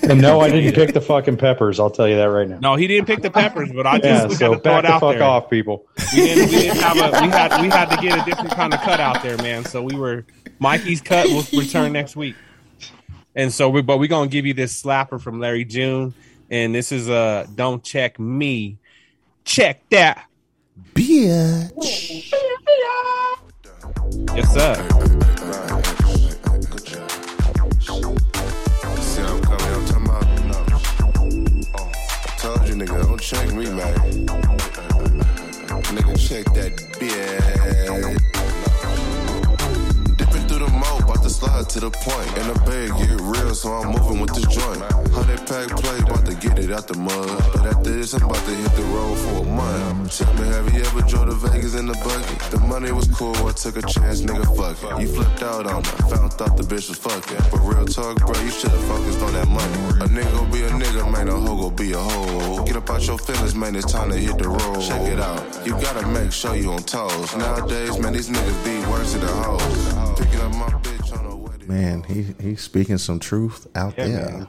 And no, I didn't pick the fucking peppers. I'll tell you that right now.
No, he didn't pick the peppers, but I just
yeah,
we
so
gotta throw
back
it
the
out
fuck
there.
off, people.
We didn't, we didn't have a we had we had to get a different kind of cut out there, man. So we were Mikey's cut will return next week, and so we but we're gonna give you this slapper from Larry June, and this is uh don't check me, check that.
Bitch.
Yes, sir.
You see, I'm coming, I'm talking about love. Oh, told you, nigga, don't check me, man. Nigga, check that bitch. Dipping through the moat, bout to slide to the point. In the bag, get real, so I'm moving with this joint. Hundred pack play, bout to get it out the mud. But after this, I'm about to hit the road for a month. Tell me, have you ever drove to Vegas in the bucket? The money was cool, I took a chance, nigga, fuck it. You flipped out on me, found thought the bitch was fucking. But real talk, bro, you should've focused on that money. A nigga gon' be a nigga, man, a hoe gon' be a hoe. Get up out your feelings, man, it's time to hit the road. Check it out, you gotta make sure you on toes. Nowadays, man, these niggas be worse than the hoes. Picking up my bitch on the way.
Man, he he's speaking some truth out there.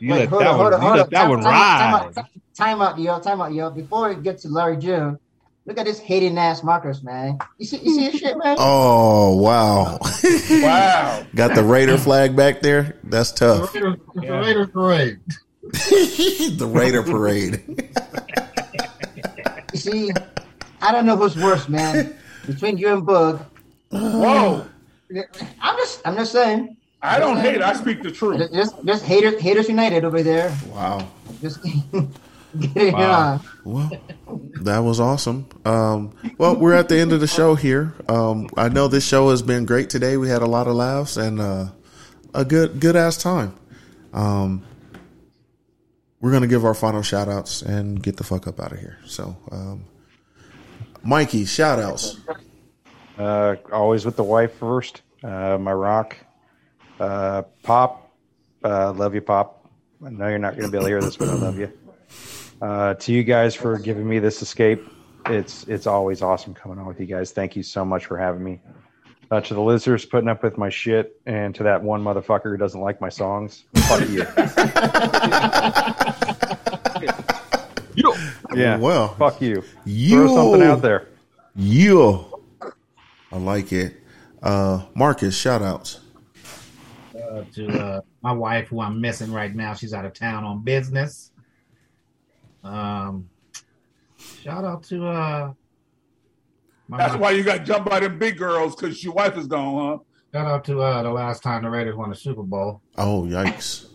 You
Wait,
let
hold
that
on, hold
one,
on,
you
hold
let
on.
that
Time-
one
time out, time
ride.
out, ti- Time out, yo. Time out, yo. Before it gets to Larry June, look at this hating ass Marcus, man. You see, you see his shit, man.
Oh wow,
wow!
Got the Raider flag back there. That's tough.
Raiders, Raiders parade.
the Raider parade.
You see, I don't know who's worse, man. Between you and Bug.
Whoa.
I'm just, I'm just saying.
I don't hate. I speak the truth.
Just, just, just haters, haters united over there.
Wow.
Just get it
Wow.
on.
Well, that was awesome. Um, well, we're at the end of the show here. Um, I know this show has been great today. We had a lot of laughs and uh, a good good ass time. Um, we're gonna give our final shout outs and get the fuck up out of here. So, um, Mikey, shout outs.
Uh, always with the wife first. Uh, my rock, uh, Pop. Uh, love you, Pop. I know you're not going to be able to hear this, but I love you. Uh, to you guys for giving me this escape. It's it's always awesome coming on with you guys. Thank you so much for having me. Uh, to the listeners putting up with my shit, and to that one motherfucker who doesn't like my songs, fuck you. yeah.
Well,
fuck you.
You
Throw something out there.
You. I like it. Uh, Marcus, shout outs.
uh, to uh, my wife, who I'm missing right now. She's out of town on business. Um, shout out to uh, my
That's
mom.
why you got jumped by them big girls because your wife is gone,
shout out to uh, the last time the Raiders won the Super Bowl.
Oh, yikes.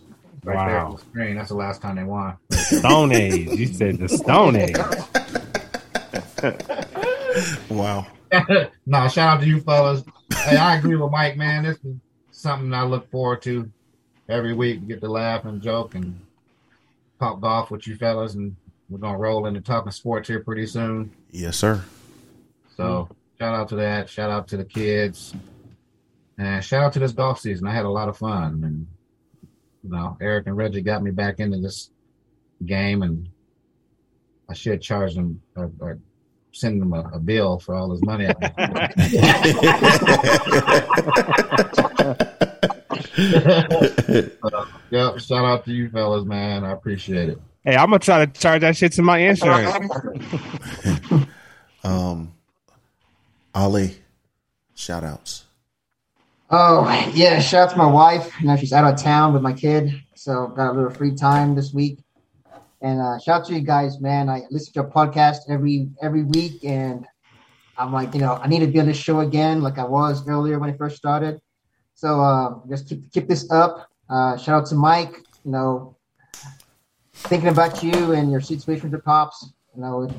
Right there on the screen. That's the last time they won.
Stone Age. You said the Stone Age.
Wow.
no, shout out to you fellas. Hey, I agree with Mike, man. This is something I look forward to every week. Get to laugh and joke and talk golf with you fellas, and we're gonna roll into talking sports here pretty soon.
Yes, sir.
So shout out to that. Shout out to the kids. And shout out to this golf season. I had a lot of fun. And you know, Eric and Reggie got me back into this game and I should charge them or, or send them a, a bill for all this money. So, yep, shout out to you fellas, man. I appreciate it.
Hey, I'm gonna try to charge that shit to my insurance.
Um, Ali, shout outs.
Oh yeah, shout out to my wife. You know she's out of town with my kid, so got a little free time this week. And uh, shout out to you guys, man. I listen to your podcast every every week, and I'm like, you know, I need to be on this show again, like I was earlier when I first started. So uh, just keep keep this up. Uh, shout out to Mike. You know, thinking about you and your situation with your pops. You know,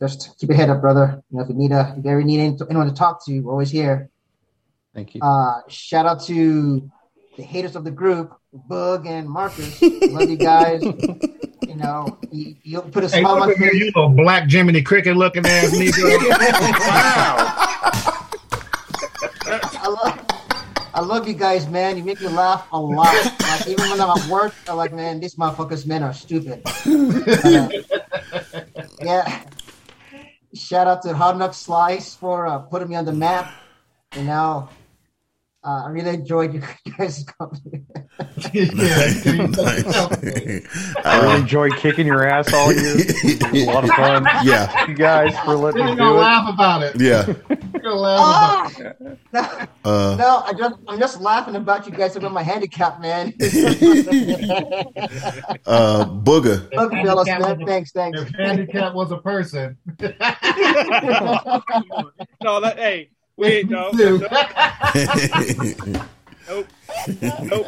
just keep your head up, brother. You know, if you need a, if you ever need any- anyone to talk to, we're always here.
Thank you.
Uh, shout out to the haters of the group, Bug and Marcus. Love you guys. you know, you, you'll put a
Hey,
smile on my
look at
face.
you, little black Jiminy Cricket looking ass Negro.
I love, I love you guys, man. You make me laugh a lot. Like even when I'm at work, I'm like, man, these motherfuckers, men are stupid. Uh, yeah. Shout out to Hard Enough Slice for uh, putting me on the map. You know, uh, I really enjoyed you guys' company.
I
Uh,
really enjoyed kicking your ass all year. It was a lot of fun.
Yeah.
Thank you guys for letting me
You're
do
gonna
it.
laugh about it.
Yeah.
You're gonna
Oh.
laugh about it.
Uh,
no, I just, I'm just laughing about you guys about my handicap, man.
uh, Booger.
Fuck fellas, man. Thanks, thanks.
If handicap was a person,
No, that, hey, wait, no.
too.
Nope. Nope.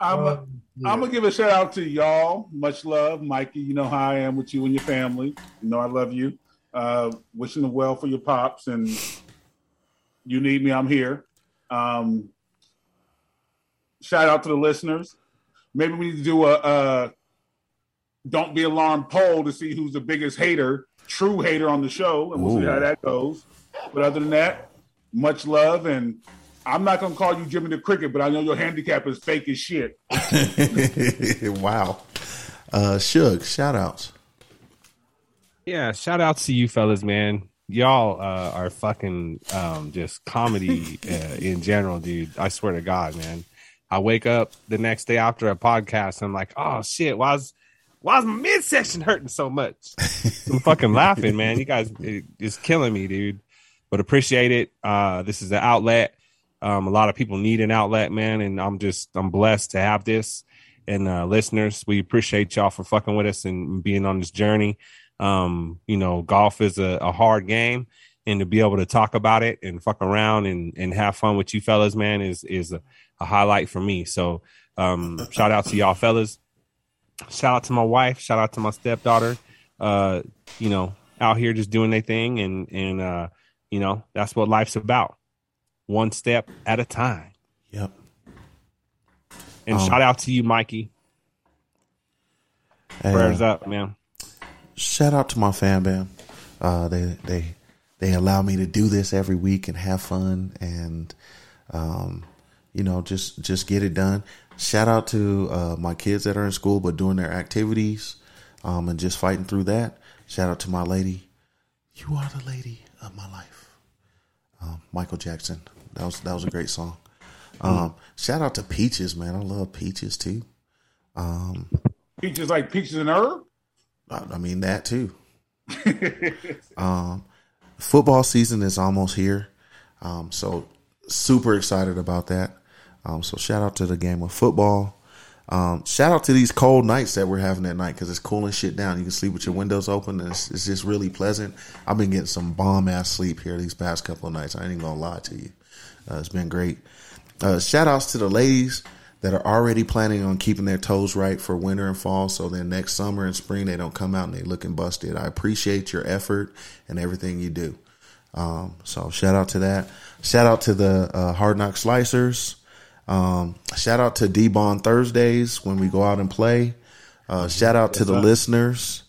I'm a, I'm gonna give a shout out to y'all. Much love, Mikey. You know how I am with you and your family. You know I love you. Uh, wishing the well for your pops, and you need me, I'm here. Um, shout out to the listeners. Maybe we need to do a, uh don't be alarmed poll to see who's the biggest hater, true hater on the show, and we'll see
Ooh.
how that goes. But other than that, much love, and I'm not gonna call you Jimmy the Cricket, but I know your handicap is fake as shit.
wow. Uh, Shug, shout outs.
Yeah, shout out to you fellas, man. Y'all uh, are fucking um, just comedy uh, in general, dude. I swear to God, man. I wake up the next day after a podcast and I'm like, oh shit, why's why's my midsection hurting so much? I'm fucking laughing, man. You guys it, it's killing me, dude. But appreciate it. Uh, this is an outlet. Um, a lot of people need an outlet, man, and I'm just I'm blessed to have this. And uh, listeners, we appreciate y'all for fucking with us and being on this journey um you know golf is a, a hard game and to be able to talk about it and fuck around and and have fun with you fellas man is is a, a highlight for me so um shout out to y'all fellas shout out to my wife shout out to my stepdaughter uh you know out here just doing their thing and and uh you know that's what life's about one step at a time
Yep.
and
Um,
shout out to you mikey
Hey,
prayers
uh,
up man
Shout out to my fan bam. Uh, they they they allow me to do this every week and have fun and um, you know just just get it done. Shout out to uh, my kids that are in school but doing their activities um, and just fighting through that. Shout out to my lady. You are the lady of my life. Um, Michael Jackson. That was that was a great song. Um, shout out to Peaches, man. I love Peaches too. Um,
Peaches like peaches and herb.
I I mean that too. um, football season is almost here, um, so super excited about that. Um, so shout out to the game of football. Um, shout out to these cold nights that we're having at night because it's cooling shit down. You can sleep with your windows open. And it's, it's just really pleasant. I've been getting some bomb ass sleep here these past couple of nights. I ain't even gonna lie to you. Uh, it's been great. Uh, shout outs to the ladies that are already planning on keeping their toes right for winter and fall so then next summer and spring they don't come out and they looking busted. I appreciate your effort and everything you do. Um, so shout out to that. Shout out to the uh, Hard Knock Slicers. Um, shout out to D Bond Thursdays when we go out and play. Uh, shout out to the listeners.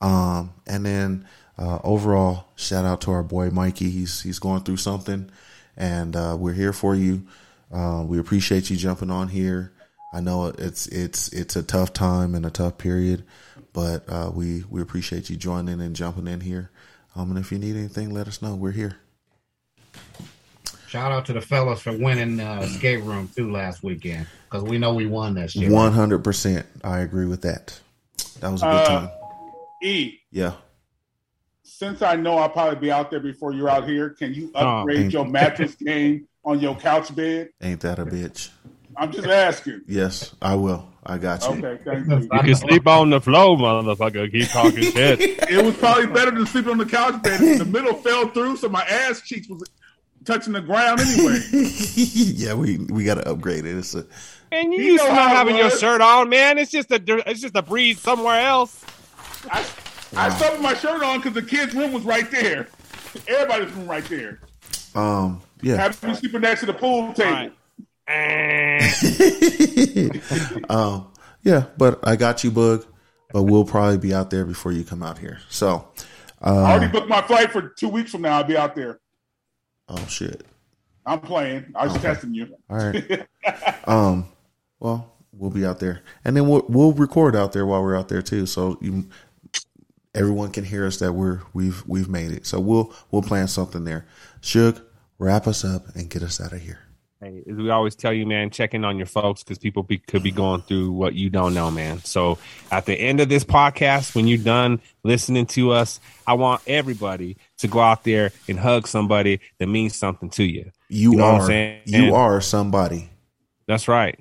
Um, and then uh, overall, shout out to our boy Mikey. He's he's going through something, and uh, we're here for you. Uh, we appreciate you jumping on here. I know it's it's it's a tough time and a tough period, but uh, we we appreciate you joining and jumping in here. Um, and if you need anything, let us know. We're here.
Shout out to the fellas for winning uh, escape room too last weekend because we know we won that shit.
One hundred percent, I agree with that. That was a good
Uh,
time.
E,
Yeah.
since I know I'll probably be out there before you're out here, can you
Oh,
upgrade
thank-
your mattress game on your couch bed?
Ain't that a bitch?
I'm just asking.
Yes, I will. I got you.
Okay, thank
You can sleep on the floor, motherfucker. Keep talking shit.
it was probably better than sleeping on the couch bed. The middle fell through, so my ass cheeks was touching the ground anyway.
yeah, we we got to upgrade it. It's a,
And you
He
used to
know
not
how it
having your
was.
shirt on, man. It's just a dir- it's just a breeze somewhere else.
I slept with my shirt on because the kids' room was right there. Everybody's room right there.
um, yeah.
Having me sleeping next to the pool table.
um, yeah, but I got you, Bug. But we'll probably be out there before you come out here. So,
I
uh,
already booked my flight for two weeks from now. I'll be out there.
oh shit.
I'm playing. I was
Okay.
testing you.
All right. um, well, we'll be out there, and then we'll we'll record out there while we're out there too, so you everyone can hear us that we're we've we've made it. So we'll we'll plan something there. Shug, wrap us up and get us out of here.
Hey, as we always tell you, man, check in on your folks because people be, could be going through what you don't know, man. So at the end of this podcast, when you're done listening to us, I want everybody to go out there and hug somebody that means something to you.
You,
know what I'm
are
saying?
you are somebody.
That's right.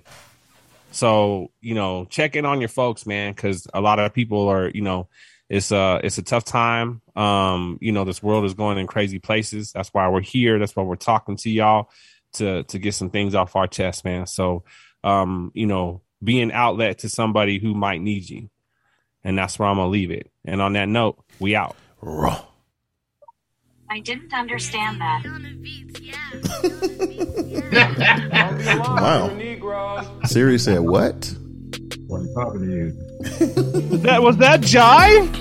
So you know, check in on your folks, man, because a lot of people are, you know, it's a it's a tough time. Um, you know, this world is going in crazy places. That's why we're here. That's why we're talking to y'all to to get some things off our chest, man. So, um, you know, be an outlet to somebody who might need you, and that's where I'm gonna leave it. And on that note, we out.
Raw.
I didn't understand that.
Wow. Siri said what?
That was that jive.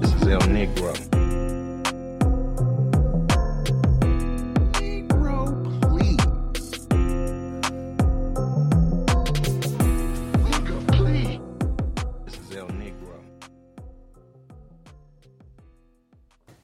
This is El Negro.